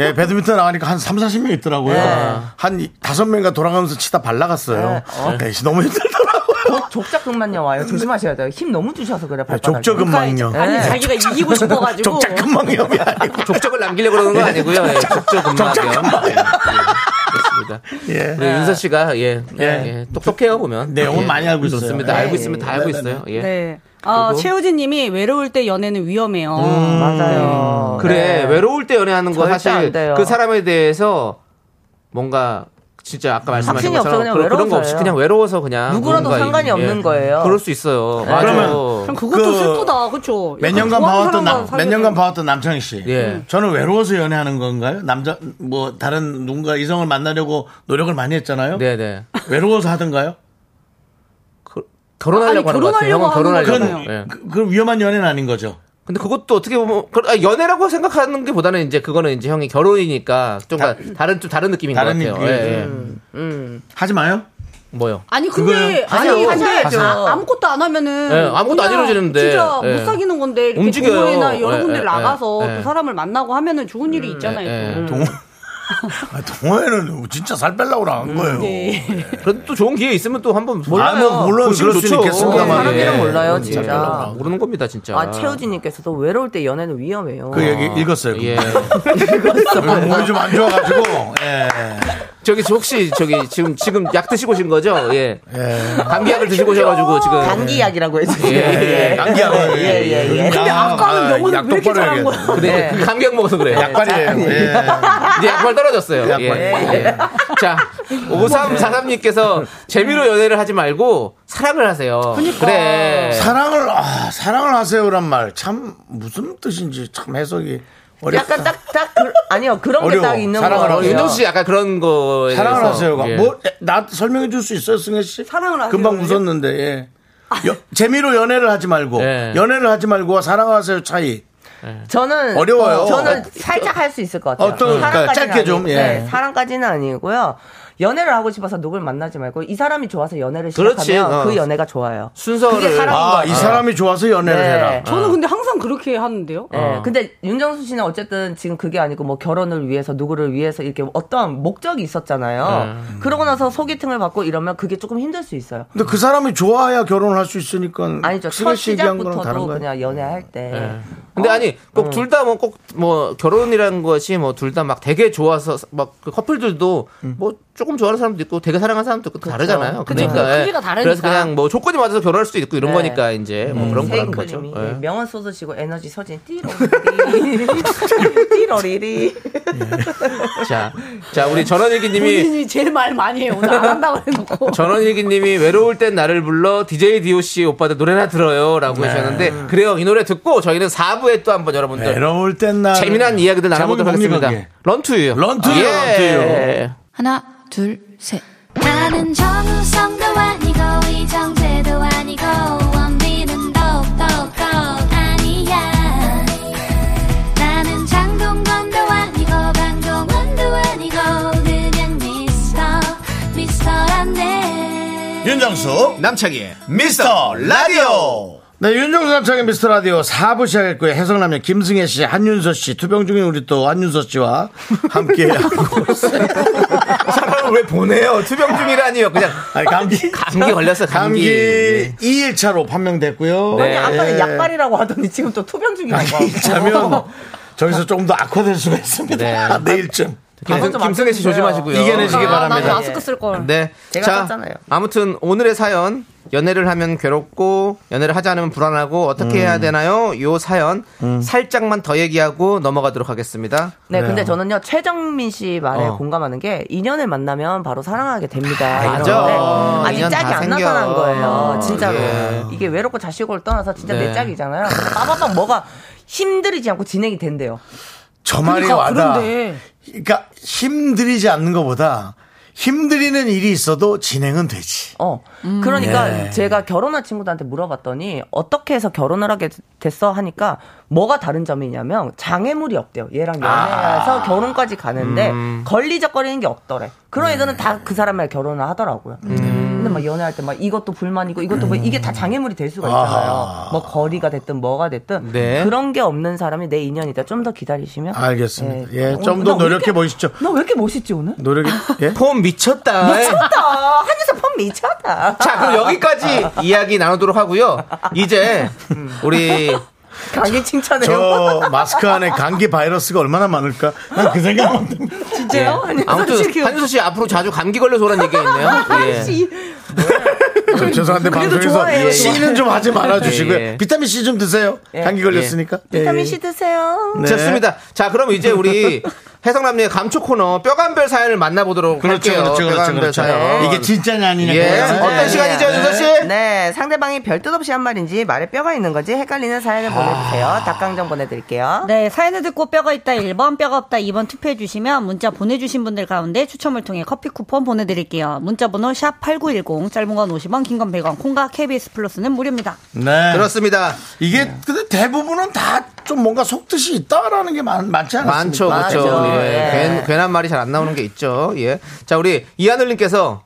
예, 배드민턴 나가니까 한 3, 40명 있더라고요.
네.
한 이- 다섯 명가 돌아가면서 치다 발라갔어요.
네. 어.
네, 너무 힘들더라고요.
족- 족작근만요 와요. 조심하셔야 돼요. 힘 너무 주셔서 그래. 발바닥에.
어? 족저근막염.
아니
네.
자기가 이기고 싶어가지고
족저근막염이 아니고.
족적을 남기려고 그러는 건 아니고요. 예, 족적 음악이요. 예, 예, 그렇습니다.
예.
네.
우리 윤서 씨가 예, 예. 똑똑해요 보면
내용은
예,
네, 많이 알고 있어요.
좋습니다.
예,
알고
예.
있으면 다 알고 있어요. 예.
네. 어,
그리고-
최우진님이 외로울 때 연애는 위험해요.
맞아요.
음.
그래
네.
외로울 때 연애하는 거
절대
사실
안 돼요.
그 사람에 대해서 뭔가 진짜 아까 말씀하신
확신이
것처럼
없어, 그냥
그런, 그런 거
외로워서요.
없이 그냥 외로워서 그냥
누구라도
뭔가
상관이
이-
없는 거예요. 네.
그럴 수 있어요. 맞아.
참
그러면
그것도
그-
슬프다, 그렇죠?
몇 년간 봐왔던 남, 몇 년간 봐왔던 남창희 씨. 음.
예.
저는 외로워서 연애하는 건가요? 남자 뭐 다른 누군가 이성을 만나려고 노력을 많이 했잖아요.
네네.
외로워서 하던가요?
그- 결혼하려고
아니,
하는 것 같아요.
결혼하려고
형은 결혼하려고.
하는
그건
거잖아요.
예.
그, 그럼 위험한 연애는 아닌 거죠.
근데 그것도 어떻게 보면 그- 아, 연애라고 생각하는 게 보다는 이제 그거는 이제 형이 결혼이니까 좀 다, 른좀 다른 느낌인
다른
것 같아요.
느낌.
예, 예.
음.
하지 마요.
뭐요?
아니 근데
그거요?
아니
하세요.
근데
하세요.
아, 무것도안 하면은
예, 아무것도 안
그냥
이루어지는데.
진짜
예.
못 사귀는 건데 이렇게
움직여요.
동호회나
예,
여러 군데
예,
나가서
예.
또 사람을 만나고 하면은 좋은 일이 있잖아요.
예,
음.
또.
동호
예.
아, 동호회는 진짜 살 빼려고 나간 거예요.
네.
그래도 또 좋은 기회 있으면 또 한번
아, 뭐 물론
보시면
그럴 수는
좋죠.
있겠습니다만.
예, 사람들은 몰라요,
예.
진짜.
몰라요. 모르는 겁니다, 진짜.
아, 최우진님께서도 외로울 때 연애는 위험해요.
그 얘기 읽었어요.
예.
그거. 몸이 좀 안 좋아가지고. 예.
저기 저 혹시 저기 지금 지금 약 드시고 오신 거죠? 예. 감기약을 드시고
좀
오셔가지고 지금
감기약이라고 해주세요.
예, 예. 감기약을.
예, 예, 예.
근데 아, 아까는
명언
약 똑바로 해야
네.
근데 이제 감기약 먹어서 그래요.
예. 네, 약발이에요. 예.
이제 약발 떨어졌어요.
약발.
예. 예. 자, 5343님께서 재미로 연애를 하지 말고 사랑을 하세요. 래
사랑을 아, 사랑을 하세요란 말 참 무슨 뜻인지 참 해석이 어렵다.
약간 딱, 딱, 그, 아니요, 그런
어려워.
게 딱 있는 거
사랑을
같아요.
하세요.
윤정 씨 약간 그런 거에
사랑을
대해서.
하세요가
예.
뭐나 설명해 줄 수 있어요, 승혜 씨?
사랑을 하세요.
금방 웃었는데. 예.
아.
여- 재미로 연애를 하지 말고
예.
연애를 하지 말고와 사랑하세요 차이.
저는
어려워요.
저는 살짝 할 수 있을 것 같아요.
어떤- 그러니까
사랑까지는
짧게 좀,
아니-
예.
네, 사랑까지는 아니고요. 연애를 하고 싶어서 누굴 만나지 말고 이 사람이 좋아서 연애를
그렇지,
시작하면
어.
그 연애가 좋아요.
순서를 네.
그게 사랑인 것
아,
같아요.
이 사람이 좋아서 연애를
네.
해라.
저는 근데 항상 그렇게 하는데요.
예, 근데 윤정수 씨는 어쨌든 지금 그게 아니고 뭐 결혼을 위해서 누구를 위해서 이렇게 어떠한 목적이 있었잖아요.
네.
그러고 나서 소개팅을 받고 이러면 그게 조금 힘들 수 있어요.
근데 그 사람이 좋아야 결혼을 할 수 있으니까
아니죠.
승혜
첫
씨 얘기한 거랑 다른
시작부터도
거야.
그냥
네.
연애할 때
예. 근데 아니 꼭 둘 다 뭐 꼭 뭐 결혼이라는 것이 뭐 둘 다 막 되게 좋아서 막그 커플들도 뭐 조금 좋아하는 사람도 있고 되게 사랑하는 사람도 있고 다르잖아요.
그쵸. 그
예.
크기가 다르니까.
그래서 그냥 뭐 조건이 맞아서 결혼할 수도 있고 이런
네.
거니까 이제 뭐 그런 거라는
그렇죠.
거죠.
세이클님이
네.
예.
명언 쏟으시고 에너지 서진 띠로리리 띠로리리
자, 자 우리 전원일기님이
본인이 제일 말 많이 해요. 오늘 안 한다고 해놓고.
전원일기님이 외로울 땐 나를 불러 DJ DOC 오빠들 노래나 들어요라고 하셨는데 그래요 이 노래 듣고 저희는 4부에 또 한번 여러분들
외로울 땐 나.
재미난 이야기들 나눠보도록
제목이
하겠습니다.
뭡니까,
런투유. 아, 예.
런투유요, 런투유.
하나, 둘, 셋.
나는 정우성도 아니고 이정재도 아니고 원빈은 더욱더 아니야 나는 장동건도 아니고 방종원도 아니고 그냥 미스터 미스터란데
그게. 윤정수
남창희의
미스터 라디오. 네, 윤종수 남창의 미스터 라디오 4부 시작했고요. 해성라면 김승혜 씨, 한윤서 씨, 투병 중인 우리 또 한윤서 씨와 함께 하고 있어요.
사람을 왜 보내요? 투병 중이라니요. 그냥
아니, 감기.
감기 걸렸어, 감기.
감기 2일차로 판명됐고요.
네.
네. 아니 아까는 약발이라고 하더니 지금 또 투병 중이라고 하고.
자면 저기서 조금 더 악화될 수가 있습니다.
네.
내일쯤.
한번 좀
아, 김승혜 씨
앞서주세요.
조심하시고요.
이겨내시기
아, 나도
바랍니다.
마스크 쓸 걸.
네.
제가
자,
썼잖아요.
아무튼 오늘의 사연 연애를 하면 괴롭고 연애를 하지 않으면 불안하고 어떻게 해야 되나요? 요 사연 살짝만 더 얘기하고 넘어가도록 하겠습니다.
네, 근데 저는요 최정민 씨 말에
어.
공감하는 게 인연을 만나면 바로 사랑하게 됩니다. 이런
맞아. 어,
건데
인연
아직 짝이
다
안
생겨.
나타난 거예요. 진짜로
예.
이게 외롭고 자식을 떠나서 진짜
네.
내 짝이잖아요. 빠바박 뭐가 힘들이지 않고 진행이 된대요.
저 말이 와다.
그런데.
그러니까 힘들이지 않는 것보다 힘들이는 일이 있어도 진행은 되지.
어. 그러니까
예.
제가 결혼한 친구들한테 물어봤더니 어떻게 해서 결혼을 하게 됐어 하니까 뭐가 다른 점이냐면 장애물이 없대요. 얘랑
아.
연애해서 결혼까지 가는데
음.
걸리적거리는 게 없더래.
네.
그런 애들은 다 그 사람이랑 결혼을 하더라고요.
음.
근데 막 연애할 때 막 이것도 불만이고 이것도 뭐 이게 다 장애물이 될 수가 있잖아요.
아하.
뭐 거리가 됐든 뭐가 됐든
네.
그런 게 없는 사람이 내 인연이다. 좀 더 기다리시면
알겠습니다.
예.
예,
어,
좀
나
더
왜
노력해
이렇게-
보시죠.
너 왜 이렇게 멋있지 오늘?
노력이 예?
폼 미쳤다.
미쳤다. 한유서 펌 미쳤다.
자, 그럼 여기까지 음. 이야기 나누도록 하고요. 이제 우리
강의 칭찬해요.
저 마스크 안에 감기 바이러스가 얼마나 많을까? 난 그 생각만 듭니다.
진짜요? 아니,
예. 아무튼
솔직히요.
한효수 씨 앞으로 자주 감기 걸려서 오란 얘기가 있네요. 예.
저 죄송한데
그래도 좋아해요,
방송에서
좋아해.
C는 좀 하지 말아주시고요.
예, 예.
비타민 C 좀 드세요. 감기 걸렸으니까. 예,
비타민
예.
C 드세요.
네.
좋습니다. 자, 그럼 이제 우리 해성남녀의 감초 코너 뼈간별 사연을 만나보도록
그렇죠,
할게요.
그렇죠, 그렇죠,
뼈간별
그렇죠.
사연.
이게 진짜냐 아니냐.
예.
그거예요.
어떤
예.
시간이죠, 윤서 씨?
네, 상대방이 별뜻 없이 한 말인지 말에 뼈가 있는 건지 헷갈리는 사연을 보내주세요. 닭강정 보내드릴게요.
네, 사연을 듣고 뼈가 있다 1번, 뼈가 없다 2번 투표해 주시면 문자 보내주신 분들 가운데 추첨을 통해 커피 쿠폰 보내드릴게요. 문자 번호 샵8910, 짧은 건 50원, 긴 건 100원, 콩과 KBS 플러스는 무료입니다.
네.
그렇습니다.
이게 근데 대부분은 다 좀 뭔가 속뜻이 있다라는 게 많, 많지
많죠,
않습니까?
그렇죠.
많죠.
예.
예.
괜, 괜한 말이 잘 안 나오는 게 있죠. 예. 자, 우리 이하늘님께서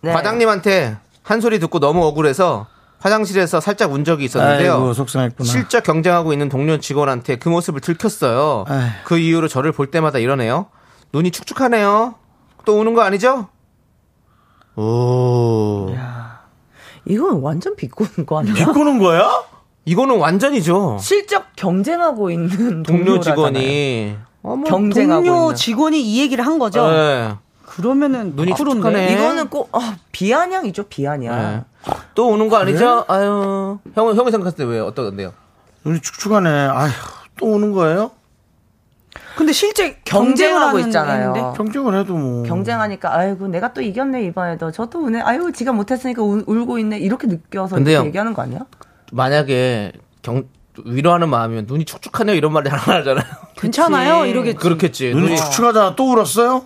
네.
과장님한테 한 소리 듣고 너무 억울해서 화장실에서 살짝 운 적이 있었는데요.
아이고, 속상했구나.
실적 경쟁하고 있는 동료 직원한테 그 모습을 들켰어요.
에휴.
그 이후로 저를 볼 때마다 이러네요. 눈이 축축하네요. 또 우는 거 아니죠? 오.
이건 완전 비꼬는 거 아니야?
비꼬는 거야?
이거는 완전이죠.
실적 경쟁하고 있는
동료
동료라잖아요.
직원이. 어머.
경쟁하고
동료
있는. 어,
직원이 이 얘기를 한 거죠. 아,
예.
그러면은
눈이
푸른데.
촉촉하네.
이거는 꼭 아, 비아냥이죠
네.
비아냥.
또 오는 거 아니죠? 아유, 형, 형이 생각했을 때 왜 어떠던데요?
눈이 축축하네. 아휴, 또 오는 거예요?
근데 실제
경쟁을 하고
하는
있잖아요.
애인데? 경쟁을 해도 뭐.
경쟁하니까 아이고 내가 또 이겼네 이번에도 저도 우네 아이고 지가 못했으니까 울, 울고 있네 이렇게 느껴서
근데요.
이렇게 얘기하는 거 아니야?
만약에 경, 위로하는 마음이면 눈이 촉촉하네요 이런 말이 안 하잖아요.
괜찮아요? 이러겠지.
그렇겠지.
눈이 축축하다가 또 울었어요?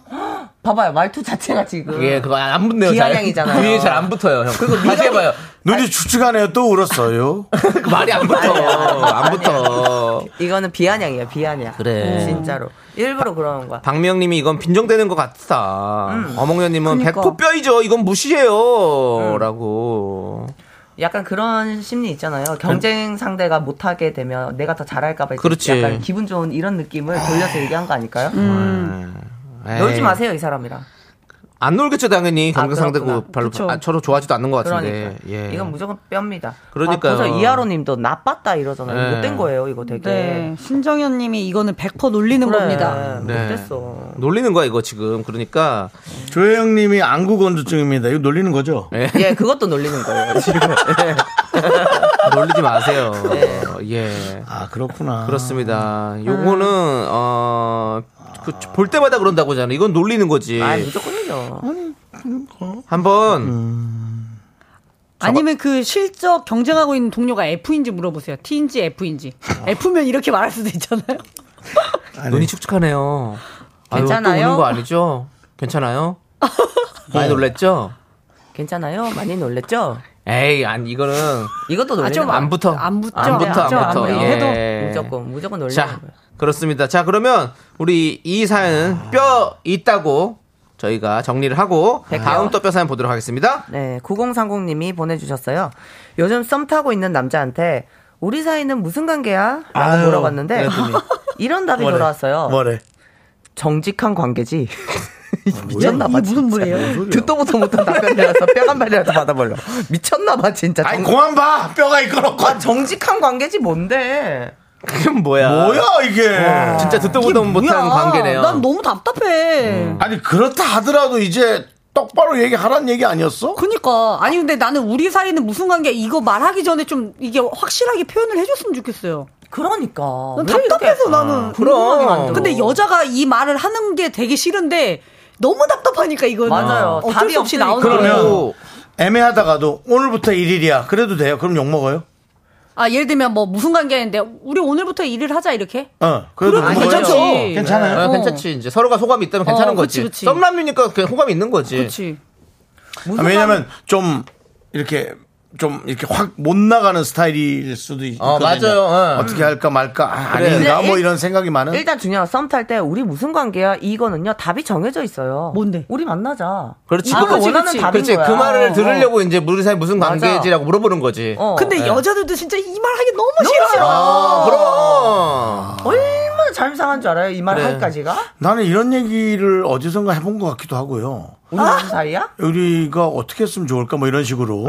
봐봐요 말투 자체가 지금
예, 그거 안 붙네요. 잘.
비아냥이잖아요.
눈이 잘 안 붙어요, 형. 그거 다시 해봐요.
눈이 축축하네요. 또 울었어요.
그 말이 안 붙어. 안 붙어. 네.
이거는 비아냥이에요 비아냥.
그래.
진짜로 일부러 그러는 거야.
박명님이 이건 빈정되는 것 같다.
음.
어몽여님은
그러니까. 음.
백호뼈이죠. 이건 무시해요. 라고.
약간 그런 심리 있잖아요. 경쟁 상대가 못하게 되면 내가 더 잘할까봐 이렇게
그렇지.
약간 기분 좋은 이런 느낌을 돌려서 얘기한 거 아닐까요?
네. 에이.
음. 놀지 마세요 이 사람이랑.
안 놀겠죠 당연히 경쟁 상대고
그렇구나.
별로
그쵸.
아, 서로 좋아하지도 않는 것 같은데.
그러니까
예.
이건 무조건 뼈입니다.
그러니까요.
아, 그래서 이하로님도 나빴다 이러잖아요.
네.
못된 거예요 이거 되게.
네. 신정현 님이 이거는 100% 놀리는 겁니다.
네.
못됐어.
놀리는 거야 이거 지금. 그러니까
조혜영님이 안구 건조증입니다. 이거 놀리는 거죠?
네.
예, 그것도 놀리는 거예요. 지금.
놀리지 마세요.
네.
예.
아 그렇구나.
그렇습니다.
음.
요거는 어. 그, 볼 때마다 그런다고 하잖아. 이건 놀리는 거지.
아 무조건이죠.
한번
음.
아니면 그 실적 경쟁하고 있는 동료가 F인지 물어보세요. T인지 F인지.
아.
F면 이렇게 말할 수도 있잖아요.
네.
눈이 축축하네요. 아유,
괜찮아요?
또 우는 거 아니죠? 괜찮아요?
네.
많이 놀랬죠?
괜찮아요? 많이 놀랬죠?
에이, 안 이거는
이것도 놀리는
좀
거예요.
아, 안 붙어.
안 붙죠.
안 붙어, 안
좀
붙어.
아무리
예.
무조건 무조건 놀리는
자,
거예요.
그렇습니다. 자, 그러면 우리 이
아.
사연은 뼈 있다고 저희가 정리를 하고
아.
다음 또 뼈 사연 보도록 하겠습니다.
네, 9030님이 보내주셨어요. 요즘 썸 타고 있는 남자한테 우리 사이는 무슨 관계야? 라고
아유,
물어봤는데
그랬더니.
이런 답이
뭐래?
돌아왔어요.
뭐래? 아,
정직한 관계지. 미쳤나봐.
이게 무슨 말이에요?
듣도 보도 못한 답변이라서 뼈한 발이라도 받아볼려. 미쳤나봐 진짜.
아니 공안 봐. 뼈가 이끌었고.
아, 정직한 관계지 뭔데?
그럼 뭐야? 어,
뭐야 이게?
진짜 듣도 보도 못한 관계네요.
난 너무 답답해.
아니 그렇다 하더라도 이제 똑바로 얘기하라는 얘기 아니었어?
그니까 아니 근데 나는 우리 사이는 무슨 관계 이거 말하기 전에 좀 이게 확실하게 표현을 해줬으면 좋겠어요.
그러니까.
난
왜 이렇게-
답답해서 나는
궁금하게 만들어.
아, 근데 여자가 이 말을 하는 게 되게 싫은데 너무 답답하니까 이거는
맞아요.
어쩔
답이
수 없이
없으니까.
나오는 거예요.
그러면 애매하다가도 오늘부터 일일이야. 그래도 돼요. 그럼 욕 먹어요?
아 예를 들면 뭐 무슨 관계인데 우리 오늘부터 일을 하자 이렇게
어. 그래도
그럼
욕 먹어요?
괜찮지.
괜찮아요.
아,
어.
괜찮지. 이제 서로가 소감이 있다면 괜찮은
어, 그치,
거지.
그치.
썸남이니까 그냥 호감이 있는 거지.
그렇지.
네.
아, 왜냐면 좀 이렇게 좀 이렇게 확 못 나가는 스타일일 수도 있거든요.
어, 맞아요. 예.
어떻게 할까 말까 아,
그래.
아닌가 뭐
일-
이런 생각이 많은.
네?
일단 중요한 썸 탈 때 우리 무슨 관계야? 이거는요 답이 정해져 있어요.
뭔데?
우리 만나자.
그렇지.
아, 그걸 원하는 답인
그렇지.
거야.
그 말을
어,
들으려고 이제 우리 사이 무슨
맞아.
관계지라고 물어보는 거지. 그-
어.
근데
네.
여자들도 진짜 이 말하기 예. 너무 싫어.
아, 그럼.
얼마나 잘상한줄 알아요? 이 말 할까지가?
나는 이런 얘기를 어디선가 해본 것 같기도 하고요.
우리 무슨 사이야?
우리가 어떻게 했으면 좋을까 뭐 이런 식으로.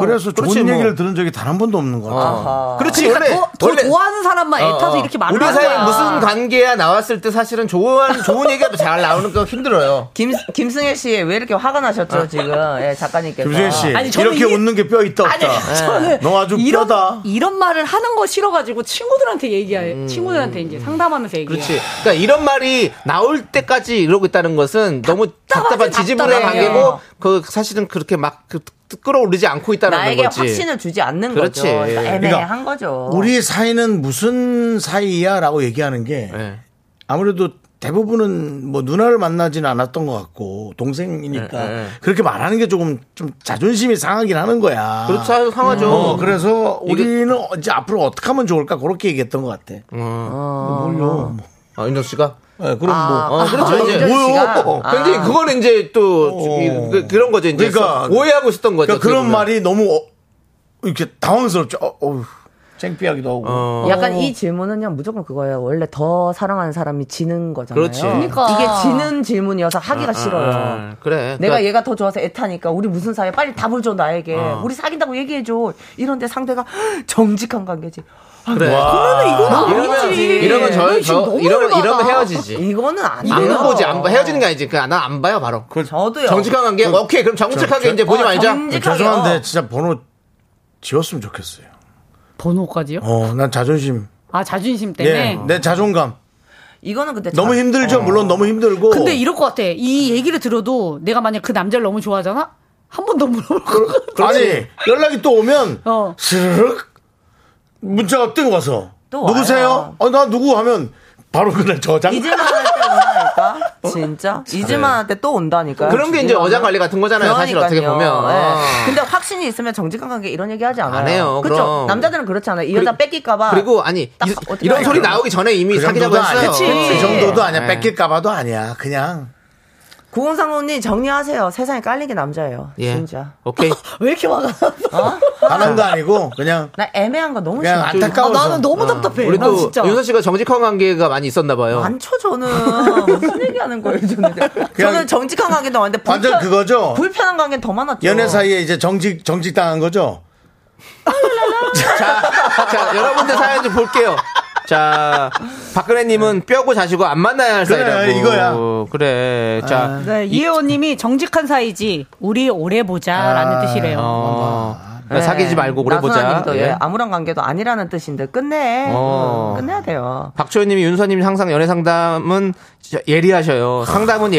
그래서 좋은
그렇지, 뭐.
얘기를 들은 적이 단 한 번도 없는 것 같아요.
아하.
그렇지. 원래-
그러니까 더, 더
원래-
좋아하는 사람만 애타서
어, 어.
이렇게 말을
우리
하는
사이
거야.
무슨 관계야 나왔을 때 사실은 좋은 좋은 얘기가 잘 나오는 거 힘들어요.
김, 김승혜 씨 왜 이렇게 화가
아.
나셨죠, 지금? 예, 작가님께서.
김수현 씨,
아니, 저는
이렇게
이게-
웃는 게 뼈 있다 없다.
저는
너 아주
이런,
뼈다.
이런 말을 하는 거 싫어가지고 친구들한테 얘기해. 친구들한테 이제 상담하면서 얘기해.
음. 그렇지. 그러니까 이런 말이 나올 때까지 이러고 있다는 것은 너무 답답한 지지부진한
답답해요. 어.
관계고 그 사실은 그렇게 막 그, 끌어오르지 않고 있다는
나에게
거지.
확신을 주지 않는
그렇지. 예.
거죠. 그러니까 애매한
그러니까
거죠.
우리 사이는 무슨 사이야라고 얘기하는 게
예.
아무래도 대부분은 뭐 누나를 만나지는 않았던 것 같고 동생이니까
예, 예.
그렇게 말하는 게 조금 좀 자존심이 상하긴 하는 거야.
아.
그렇죠. 상하죠.
음.
어, 그래서 우리는 이제 앞으로 어떻게 하면 좋을까 그렇게 얘기했던 것 같아. 뭐, 뭘요?
아, 어. 윤정 씨가
예, 그럼
아,
뭐
어, 그렇죠.
아,
이제
윤정 씨가?
뭐요?
아.
근데 그거는 이제 또 이- 그, 그런 거죠. 이제
어. 그러니까-
오해하고 있었던 거죠.
그러니까 그런
어떻게 보면.
말이 너무 어, 이렇게 당황스럽죠. 어, 어우, 창피하기도 하고.
어.
약간 이 질문은요 무조건 그거예요. 원래 더 사랑하는 사람이 지는 거잖아요.
그렇지. 그러니까.
이게 지는 질문이어서 하기가
아,
싫어요.
아, 그래.
내가
그러니까
얘가 더 좋아서 애타니까 우리 무슨 사이야? 빨리 답을 줘 나에게.
어.
우리 사귄다고 얘기해 줘. 이런데 상대가 정직한 관계지. 아,
그래.
그러면 이건
와.
아니지.
이러면 저-
너 지금
저-
너무
이러면-
열받아.
이러면 헤어지지.
이거는 아니에요.
안 보지 안 봐. 헤어지는 게 아니지. 그냥 난안 봐요 바로.
저도요. 아,
정직한 관계. 오케이 그럼 정직하게 이제 보지 말자.
죄송한데 진짜 번호 지웠으면 좋겠어요.
번호까지요?
어, 난 자존심.
아 자존심
예,
때문에.
네.
내 자존감.
이거는 근데
너무 힘들죠. 물론 너무 힘들고.
어.
근데 이럴 것 같아. 이 얘기를 들어도 내가 만약 그 남자를 너무 좋아하잖아. 한 번 더 물어볼 것 같아.
아니 연락이 또
어.
오면 스르륵 문자가 뜨고 와서
또
누구세요? 어, 나 누구 하면 바로 그날 저장.
이제만 할 때 온다니까. 진짜. 이제만 할 때 또 온다니까.
어? 네. 그런 게 이제 어장 관리 같은 거잖아요, 사실 어떻게 보면. 아.
예. 근데 확신이 있으면 정직한 관계 이런 얘기 하지 않아요.
안 해요,
그쵸?
그럼.
남자들은 그렇지 않아요. 이 여자 뺏길까봐.
그리고 아니 이- 이런 소리 나오기 전에 이미
그
사귀자고
정도도 아니야.
했어요.
그치. 그 정도도 아니야.
네.
뺏길까봐도 아니야. 그냥.
구공상호님 정리하세요. 세상에 깔리게 남자예요.
예.
진짜.
오케이.
왜 이렇게 화가 나?
반한 거 아니고 그냥
나 애매한 거 너무
그냥
싫어.
안타까워서.
아, 나는 너무 답답해.
우리
난
또
진짜.
윤서 씨가 정직한 관계가 많이 있었나 봐요.
많죠 저는 무슨 얘기하는 거예요 저는 저는 정직한 관계도 많은데 불편,
완전 그거죠?
불편한 관계는 더 많았죠
연애 사이에 이제 정직 정직 당한 거죠.
자, 여러분들 사연 좀 볼게요. 자, 박근혜님은 뼈고 자시고 안 만나야 할
그래,
사이라고.
이거야.
그래. 자,
아,
네, 이혜원님이 정직한 사이지 우리 오래 보자라는 뜻이래요.
아, 어, 그러니까 사귀지 말고 오래 보자.
네. 나선아님도, 예,
예.
아무런 관계도 아니라는 뜻인데 끝내
어.
음, 끝내야 돼요
박초연님이 윤서님 항상 연애 상담은 진짜 예리하셔요. 상담은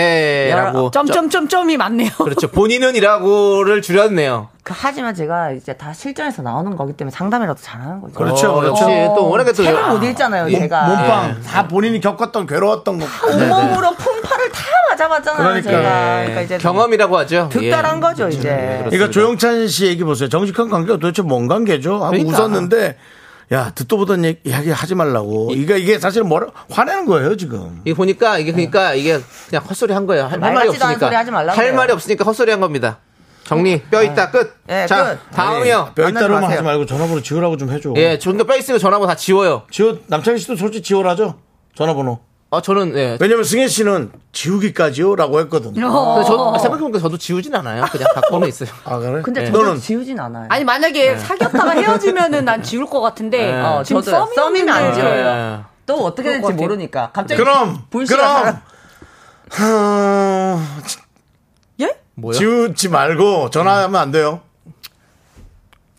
예리하신데라고.
점점점점이 많네요.
그렇죠. 본인은이라고를 줄였네요.
그, 하지만 제가 이제 다 실전에서 나오는 거기 때문에 상담이라도 잘하는 거죠
그렇죠, 어, 그렇지. 어. 또 워낙에 또-
책을
아.
못 읽잖아요
몸-
제가 예.
몸빵
네.
네, 다 본인이 겪었던 괴로웠던 거.
아,
온몸으로 풍파를 다 맞아봤잖아요 제가 그러니까 이제
네. 예. 경험이라고 예. 하죠.
득달한 거죠 이제
그러니까 조영찬 씨 얘기 보세요. 정직한 관계가 도대체 뭔 관계죠? 하고
그러니까.
웃었는데 야 듣도 보던 얘기, 이야기 하지 말라고.
예.
이게 이게 사실 뭐라 화내는 거예요 지금.
이게 보니까 이게 그러니까 이게 그냥 헛소리 한 거예요. 할, 할
네. 말
말이
같지도 않은
없으니까.
소리 하지 말라고
할
그래요. 어.
말이 없으니까 헛소리 한 겁니다. 정리. 뼈 있다 끝.
예,
자,
끝.
다음이요.
뼈
아, 만나지
있다로만
마세요.
하지 말고 전화번호 지우라고 좀 해줘.
예, 좀더 뼈 있으면 전화번호 다 지워요.
지워 남창희 씨도 솔직히 지워라죠. 전화번호.
아 저는 예.
왜냐면 승혜 씨는 지우기까지요라고 했거든.
어.
근데
어.
저 어, 생각해보니까 저도 지우진 않아요. 그냥 갖고는 있어요.
아 그래?
근데
예.
저도
너는?
지우진 않아요
아니 만약에 사귀었다가 헤어지면은 난 지울 것 같은데
네.
어,
지금
저도요.
썸이면
썸이면 안 지워요.
예.
또 어떻게 될지 모르니까 갑자기
그럼
불씨가
그럼
사람-
하...
예?
뭐요?
지우지 말고 전화하면 안 돼요.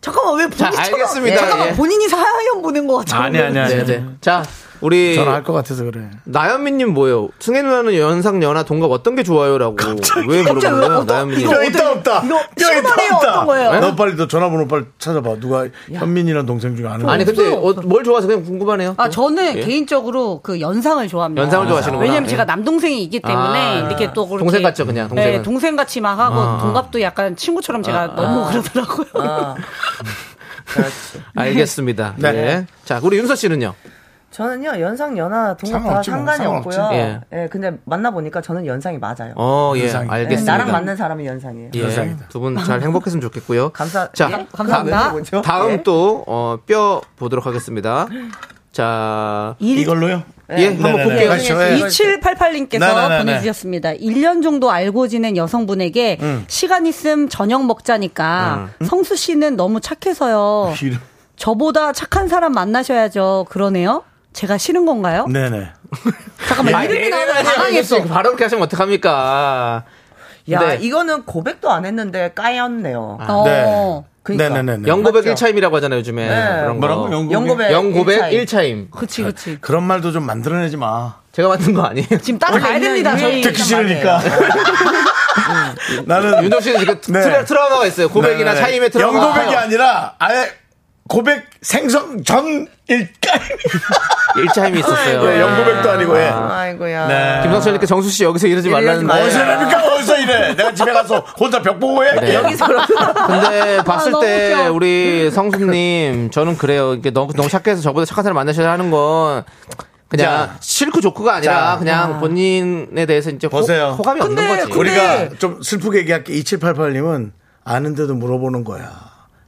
잠깐만 왜 본인
자, 알겠습니다.
잠깐만
예.
본인이 사연 보낸 것 같아.
네, 네. 자, 우리
전화할 것 같아서 그래.
나연민님 뭐예요? 승혜 누나는 연상 연하 동갑 어떤 게 좋아요라고 왜
갑자기
물어보는 거예요?
어떤-
나연민님.
이거
뼈
어떻게-
있다 없다.
이거
뼈 있다
실버리에
없다.
어떤 거예요?
너 빨리 너 전화번호 빨리 찾아봐. 누가 현민이란 동생 중에 아는
아니
거.
근데 어, 뭘 좋아서 그냥 궁금하네요.
아
또.
저는
예.
개인적으로 그 연상을 좋아합니다.
연상을 좋아하시는구나.
왜냐면
예.
제가 남동생이 있기 때문에
아,
이렇게 또 그렇게
동생 같죠, 그냥, 동생은.
네, 동생 같이 막 하고
아.
동갑도 약간 친구처럼 제가 너무 그러더라고요.
아.
알겠습니다.
네.
예. 자, 우리 윤서 씨는요?
저는요 연상 연하 동갑 다
상관없지 뭐,
상관이
상관없지.
없고요.
예.
예. 근데 만나 보니까 저는 연상이 맞아요.
어, 예.
연상이요.
예,
알겠습니다.
나랑 맞는 사람이 연상이에요.
예.
연상이다.
두 분 잘 행복했으면 좋겠고요.
감사.
자,
예?
감사합니다.
뭐죠?
다음
예?
또, 어, 뼈 보도록 하겠습니다. 자,
이걸로요?
예, 한번
네네네.
볼게요.
그렇죠. 예.
2788님께서
네네네네.
보내주셨습니다. 1년 정도 알고 지낸 여성분에게
음.
시간 있음 저녁 먹자니까 성수 씨는 너무
아,
착해서요.
이름.
저보다 착한 사람 만나셔야죠. 그러네요. 제가 싫은 건가요?
네네.
잠깐만
예,
이름이 나오면 당황했어.
바로 그렇게 하시면 어떡합니까?
야
네.
이거는 고백도 안 했는데 까였네요.
아,
어.
네.
그러니까.
네네네.
영고백
맞죠?
1차임이라고 하잖아요, 요즘에.
네.
그런
뭐라고?
거.
영고백?
영고백
영고백
1차임.
1차임.
그치 그치.
그런 말도 좀 만들어내지 마.
제가 만든 거 아니에요?
지금 따라가야 됩니다. 저희
듣기 싫으니까. 나는
윤정 씨는 지금
네.
트라, 트라우마가 있어요. 고백이나
네.
차임의 트라우마.
영고백이 아니라 아예 고백 생성 전일까?
1차임이 있었어요.
예, 영고백도 아니고 예.
아이고야.
네.
김성철님께 정수 씨 여기서 이러지
이러지
말라는데.
마요.
어디서랍니까? 어디서 이래? 내가 집에 가서 혼자 벽 보고 해?
여기서 그러면
근데 봤을
아, 너무
때
웃겨.
우리 성수님 저는 그래요. 이게 너무 너무 착해서 저보다 착한 사람 만나셔야 하는 건 그냥
자.
싫고 좋고가 아니라
자.
그냥 본인에 대해서 이제 호,
보세요.
감이 없는 거지.
예. 우리가 좀 슬프게 얘기할게. 2788님은 아는데도 물어보는 거야.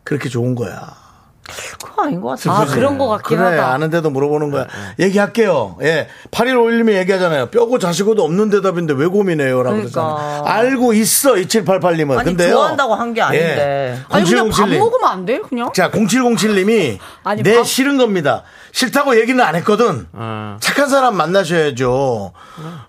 그렇게 좋은 거야.
그거 네, 아닌 것 같아요.
슬프지. 그래, 아는데도 물어보는 거야. 얘기할게요. 예. 8151님이 얘기하잖아요. 뼈고 자식어도 없는 대답인데 왜 고민해요? 라고
그러니까.
그러잖아요. 알고 있어, 2788님은.
아니,
근데요. 예.
좋아한다고 한게 아닌데.
아니 그냥 밥
0707님.
먹으면 안 돼요 그냥?
자, 0707님이
아니,
내
밥-
싫은 겁니다. 싫다고 얘기는 안 했거든. 착한 사람 만나셔야죠.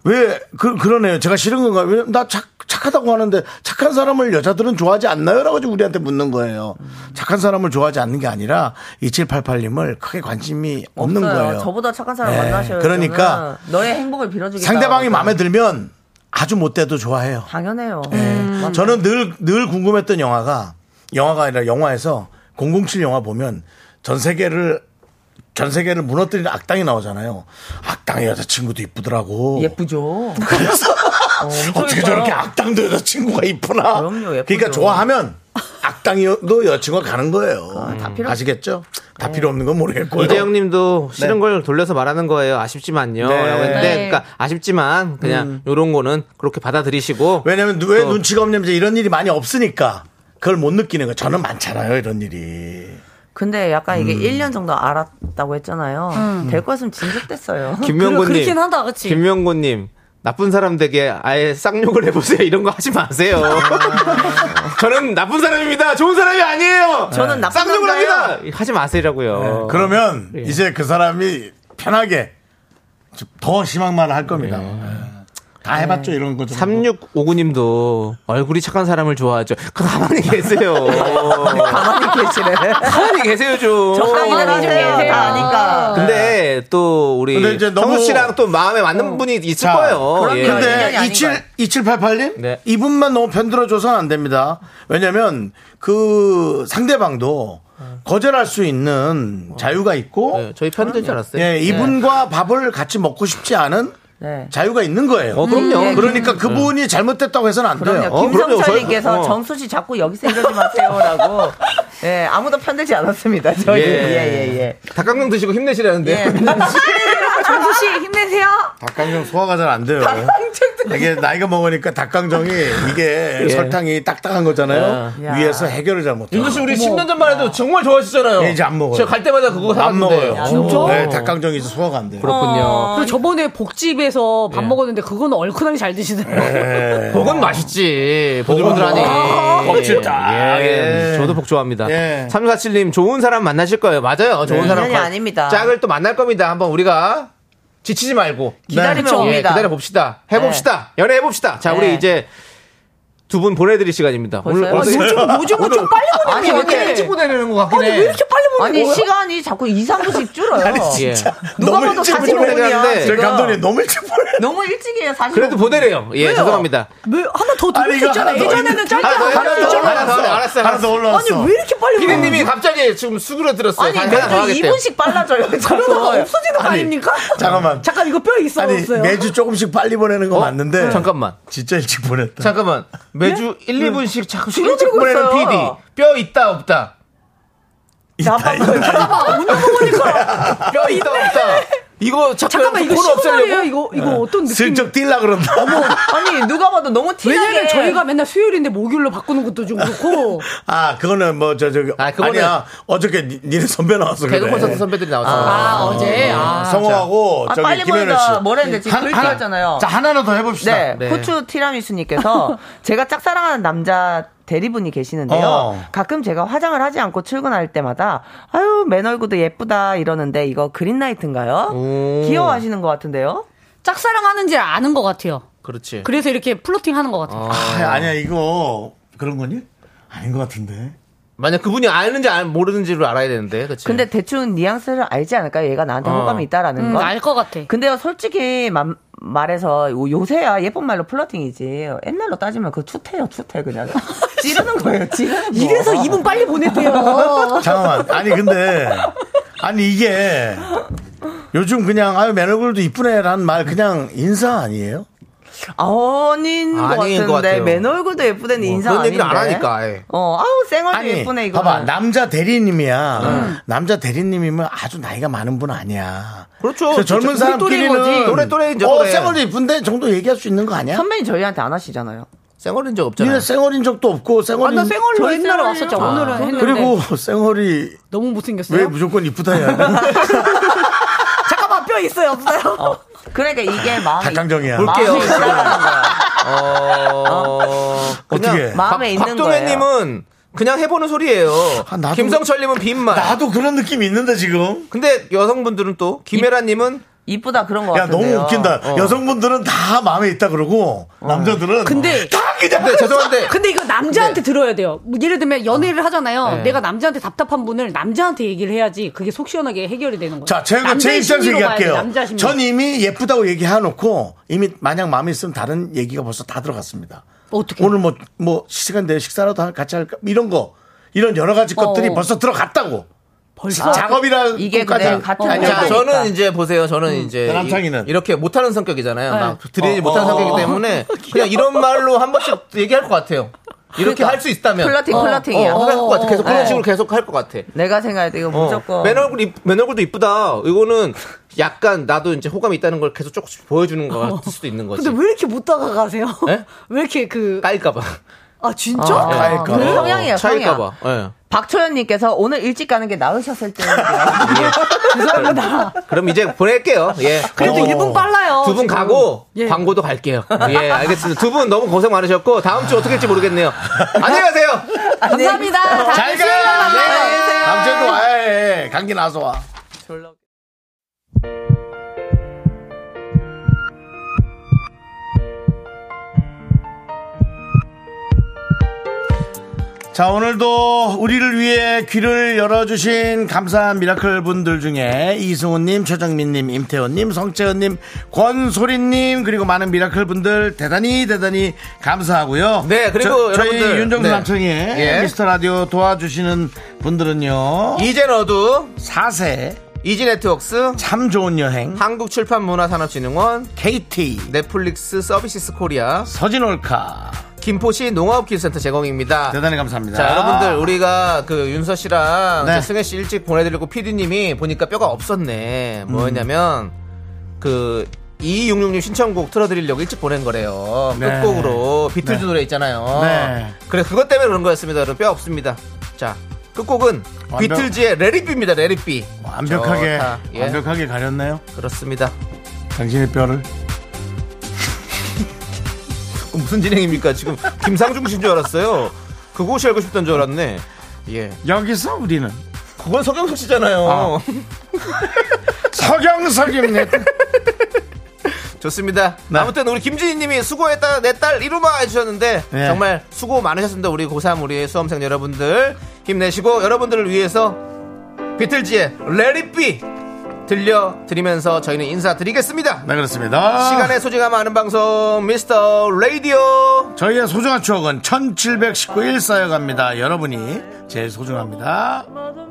왜 그, 그러네요. 제가 싫은 건가? 왜냐면 나 착, 착하다고 하는데 착한 사람을 여자들은 좋아하지 않나요? 라고 지금 우리한테 묻는 거예요. 착한 사람을 좋아하지 않는 게 아니라 2788님을 크게 관심이 없는
없어요.
거예요.
저보다 착한 사람
네,
만나셔야
그러니까
너의 행복을 빌어주겠다.
상대방이 마음에 들면 아주 못돼도 좋아해요.
당연해요.
음. 저는 늘 늘 궁금했던 영화가 영화가 아니라 영화에서 007 영화 보면 전 세계를 전 세계를 무너뜨리는 악당이 나오잖아요. 악당의 여자친구도 이쁘더라고.
예쁘죠.
그래서 어떻게
예뻐요.
저렇게 악당도 여자친구가 이쁘나?
그럼요, 예쁘죠.
그러니까 좋아하면 악당이도 여자친구가 가는
아,
거예요. 다
필요-
아시겠죠? 다
네.
필요 없는 건 모르겠고요.
이재영 님도 싫은
네.
걸 돌려서 말하는 거예요. 아쉽지만요.
네.
라고 했는데,
네.
그러니까 아쉽지만,
음.
그냥 요런 거는 그렇게 받아들이시고.
왜냐면 왜 눈치가 없냐면 이제 이런 일이 많이 없으니까 그걸 못 느끼는 거. 저는 많잖아요, 이런 일이.
근데 약간 이게
음.
1년 정도 알았다고 했잖아요. 될 거였으면 진즉됐어요.
아,
김명곤님. 김명곤님. 나쁜 사람 되게 아예 쌍욕을 해보세요. 이런 거 하지 마세요. 저는 나쁜 사람입니다. 좋은 사람이 아니에요.
아. 저는 나쁜
쌍욕을
남자예요. 네.
합니다. 하지 마세요라고요.
어.
그러면
예.
이제 그 사람이 편하게 더 심한 말을 할 겁니다.
예.
예. 다
네.
해봤죠 이런 거
3659님도 얼굴이 착한 사람을 좋아하죠. 그 가만히 계세요.
가만히 계시네.
가만히 계세요 좀.
저 가만히 좀 계세요. 다 아니까.
어.
네.
근데 또 우리
근데 이제 너무- 어.
성우 씨랑 또 마음에 맞는 분이 있을 거예요. 예.
아,
근데 27, 2788님?
네.
이분만 너무 편들어줘서는 안 됩니다. 왜냐면 그 상대방도 거절할 수 있는 자유가 있고
네,
네, 저희 편들 줄 알았어요.
예, 이분과 밥을 같이 먹고 싶지 않은
네.
자유가 있는 거예요.
어, 그럼요. 음.
그러니까 그분이 잘못됐다고 해서는 안 돼요. 어,
그럼요. 김성철님께서 정수 씨 자꾸 여기 생각지 마세요라고. 예, 아무도 편들지 않았습니다. 저희. 예, 예, 예.
닭강정 드시고 힘내시라는데.
예.
정수 씨 힘내세요.
닭강정 소화가 잘 안 돼요. 이게 나이가 먹으니까 닭강정이 이게
예.
설탕이 딱딱한 거잖아요.
야.
위에서 해결을 잘못.
윤조 씨 우리 10년 전만 해도 정말 좋아하시잖아요.
뭐. 예, 이제 안 먹어요.
제가 갈 때마다 그거
안
사왔는데. 아.
먹어요.
진짜?
네, 닭강정이 이제 소화가 안 돼요.
그리고 저번에 복집에서 밥 먹었는데 그건 얼큰하게 잘 드시더라고요.
예.
복은 맛있지. 보들보들하니.
아,
예. 예. 저도 복 좋아합니다.
예.
347님, 좋은 사람 만나실 거예요. 맞아요. 좋은
네.
사람.
인연이
가-
아닙니다.
짝을 또 만날 겁니다. 한번 우리가 지치지 말고. 예,
기다리면 네. 옵니다.
기다려봅시다. 해봅시다. 연애해봅시다. 자,
네.
우리 이제 두 분 보내드릴 시간입니다.
벌써요? 아, 요즘- 요즘은 좀 빨리 보내는
아니,
것
이렇게
같아.
일찍 보내는 것 같긴 해.
아니, 시간이 자꾸 2, 3분씩 줄어요.
예.
누가
너무
봐도
일찍
45분이야.
보내는데.
지금.
너무 일찍 보내.
너무 일찍이에요, 45분.
그래도 보내래요. 예,
왜요?
죄송합니다.
왜, 하나 더
아니, 이거 하나 더 있는데. 하나 더
하나 더
있잖아.
하나 더
알았어.
알았어.
하나 더 올라왔어. 아니, 왜
이렇게 빨리
피디님이 갑자기 지금 수그러 들었어요.
아니, 그래도 2분씩 빨라져요.
그러다가 없어지는 거
아니,
아닙니까?
잠깐만.
잠깐 이거 뼈 있어
아니
없어요?
매주 조금씩 빨리 보내는 거 어? 맞는데.
어?
네.
잠깐만.
진짜 일찍 보냈다.
잠깐만. 매주 1, 2분씩 자꾸
줄어들고
일찍 보내는
있어요.
PD. 뼈 있다 없다.
봐봐 운동 먹으니까
뼈 있다 없다. 이거 자꾸
잠깐만 이거
코너
신호
없애려고?
말이에요 이거 이거 어떤 느낌?
슬쩍 뛸라 그런다.
아니 누가 봐도 너무 티나게.
왜냐면 저희가 맨날 수요일인데 목요일로 바꾸는 것도 좀 그렇고
아, 그거는 뭐, 저, 저기. 아,
그거는-
아니야. 어저께 니- 니네 선배 나왔어.
개그
그래.
콘서트 선배들이 나왔어.
아, 어제? 아,
성호하고
아,
저기
빨리
김현우
보내다.
씨.
뭐라 했는데 지금
한-
그렇게
하나-
했잖아요.
자, 하나는 더 해봅시다.
네, 후추 티라미수님께서 제가 짝사랑하는 남자 대리분이 계시는데요.
어.
가끔 제가 화장을 하지 않고 출근할 때마다 아유 맨 얼굴도 예쁘다 이러는데 이거 그린라이트인가요? 귀여워하시는 것 같은데요?
짝사랑하는지 아는 것 같아요.
그렇지.
그래서 이렇게 플로팅하는 것 같아요.
아, 아니야, 이거. 그런 거니? 아닌 것 같은데.
만약 그분이 아는지 안- 모르는지를 알아야 되는데. 그치?
근데 대충 뉘앙스를 알지 않을까요? 얘가 나한테
네. 어.
호감이 있다라는
음,
거.
알 것 같아.
근데요 솔직히 맘- 말해서 요- 요새야 예쁜 말로 플러팅이지 옛날로 따지면 그 추태요 추태 그냥 찌르는 거예요 찌르는 거.
이래서 이분 빨리 보내세요.
잠깐만. 아니, 근데. 아니, 이게. 요즘 그냥, 아유, 맨 얼굴도 이쁘네라는 말 그냥 인사 아니에요?
아닌 것
아닌
같은데
것 같아요.
맨 얼굴도 예쁘다는 인사
그런 얘기를
아닌데.
안 하니까, 아예.
어 아우 쌩얼도
아니,
예쁘네 이거
봐봐. 남자 대리님이야. 남자 대리님이면 아주 나이가 많은 분 아니야.
그렇죠.
그래서 젊은
그렇죠. 우리 또래인
사람끼리는
거지. 또래, 또래인 거지,
어,
또래.
쌩얼도 이쁜데 정도 얘기할 수 있는 거 아니야?
선배님 저희한테 안 하시잖아요
쌩얼인 적 없잖아요.
니네 쌩얼인 적도 없고 쌩얼인
아, 나 쌩얼로 저 옛날에 했어요. 왔었죠. 오늘은 했는데.
그리고 쌩얼이
너무 못생겼어요.
왜 무조건 이쁘다 해야 돼?
잠깐만 뼈 있어요 없어요? 그러니까 이게 마음이
닭강정이야.
볼게요.
마음이 있다라는 거야.
어,
어떻게?
마음에 있는
박동현님은 그냥 해보는 소리예요. 김성철님은 빈말.
아, 나도 그런 느낌이 있는데 지금.
근데 여성분들은 또 김혜라님은
이쁘다 그런
아,
어. 거
야 너무 웃긴다.
어.
여성분들은 다 마음에 있다 그러고 남자들은
근데
아,
근데 죄송한데
근데 이거 남자한테 들어야 돼요. 뭐 예를 들면 연애를 하잖아요.
네.
내가 남자한테 답답한 분을 남자한테 얘기를 해야지 그게 속 시원하게 해결이 되는 거예요.
자, 제가 제
남자의
입장에서
심리로 봐야 돼,
얘기할게요.
남자 심리.
전 이미 예쁘다고 얘기해놓고 이미 만약 마음에 있으면 다른 얘기가 벌써 다 들어갔습니다.
어떻게?
오늘 뭐, 뭐 시간 내요 식사라도 할- 같이 할까? 이런 거. 이런 여러 가지 것들이
어.
벌써 들어갔다고.
벌써?
작업이라
이게
것까지
근데
안-
같은
아니,
문제니까.
아니,
저는 이제 보세요. 저는 이제
그 남창이는?
이- 이렇게 못하는 성격이잖아요.
네.
막 드리지
어,
못하는
어,
성격이기
어.
때문에 그냥 이런 말로 한 번씩 얘기할 것 같아요. 이렇게 할 수 있다면
그러니까. 플러팅,
어,
플러팅이야.
어, 할것 같아. 계속 그런
네.
식으로 계속 할 것 같아.
내가 생각해도 이거
어,
무조건
맨 얼굴 이- 맨 얼굴도 이쁘다. 이거는 약간 나도 이제 호감이 있다는 걸 계속 조금씩 보여주는 것 같을 수도 있는 거지.
근데 왜 이렇게 못 다가가세요?
네?
예?
왜 이렇게 그
까일까봐.
아 진짜?
아, 깔까 봐. 성향이에요,
차일까봐. 예.
박초연님께서 오늘 일찍 가는 게 나으셨을 때
죄송합니다.
그럼 이제 보낼게요. 예.
그래도
어.
일분 빨라요,
두분
지금.
가고
예.
광고도 갈게요. 예, 알겠습니다. 두 분 너무 고생 많으셨고 다음 주 어떻게 할지 모르겠네요. 안녕히 가세요.
감사합니다.
네. 잘 가! 다음 주에도 와. 예, 예. 감기 나서 와. 자, 오늘도 우리를 위해 귀를 열어주신 감사한 미라클 분들 중에 이승훈님, 최정민님, 임태원님, 성채원님, 권소린님, 그리고 많은 미라클 분들 대단히 대단히 감사하고요.
네, 그리고
저, 저희
여러분들,
윤정수
네.
남청의
예.
미스터 라디오 도와주시는 분들은요.
이젠 어두
4세
이지 네트웍스
참 좋은 여행
한국출판문화산업진흥원
KT
넷플릭스 서비스 코리아
서진올카
김포시 농업기술센터 제공입니다.
대단히 감사합니다.
자, 여러분들, 우리가 그 윤서 씨랑
아. 네.
이제 승혜 씨 일찍 보내드리고 피디님이 보니까 뼈가 없었네. 뭐였냐면, 그, 2666 신청곡 틀어드리려고 일찍 보낸 거래요.
네.
끝곡으로. 비틀즈
네.
노래 있잖아요.
네.
그래, 그것 때문에 그런 거였습니다. 여러분, 뼈 없습니다. 자, 끝곡은
완벽-
비틀즈의 레리비입니다, 레리비.
완벽하게
좋다. 예.
완벽하게 가렸네요.
그렇습니다.
당신의 뼈를
그건 무슨 진행입니까? 지금 김상중 씨인 줄 알았어요. 그곳이 알고 싶던 줄 알았네. 예.
여기서 우리는
그건 서경석 씨잖아요.
아. 서경석입니다. 네,
좋습니다. 아무튼 우리 김진희님이 수고했다 내 딸 이루마 해주셨는데
네.
정말 수고 많으셨습니다. 우리 고3 우리 수험생 여러분들 힘내시고 여러분들을 위해서 비틀즈의 레리비 들려드리면서 저희는 인사드리겠습니다.
네 그렇습니다.
시간의 소중함 아는 방송 미스터 라디오
저희의 소중한 추억은 1719일 쌓여갑니다. 여러분이 제일 소중합니다.
mother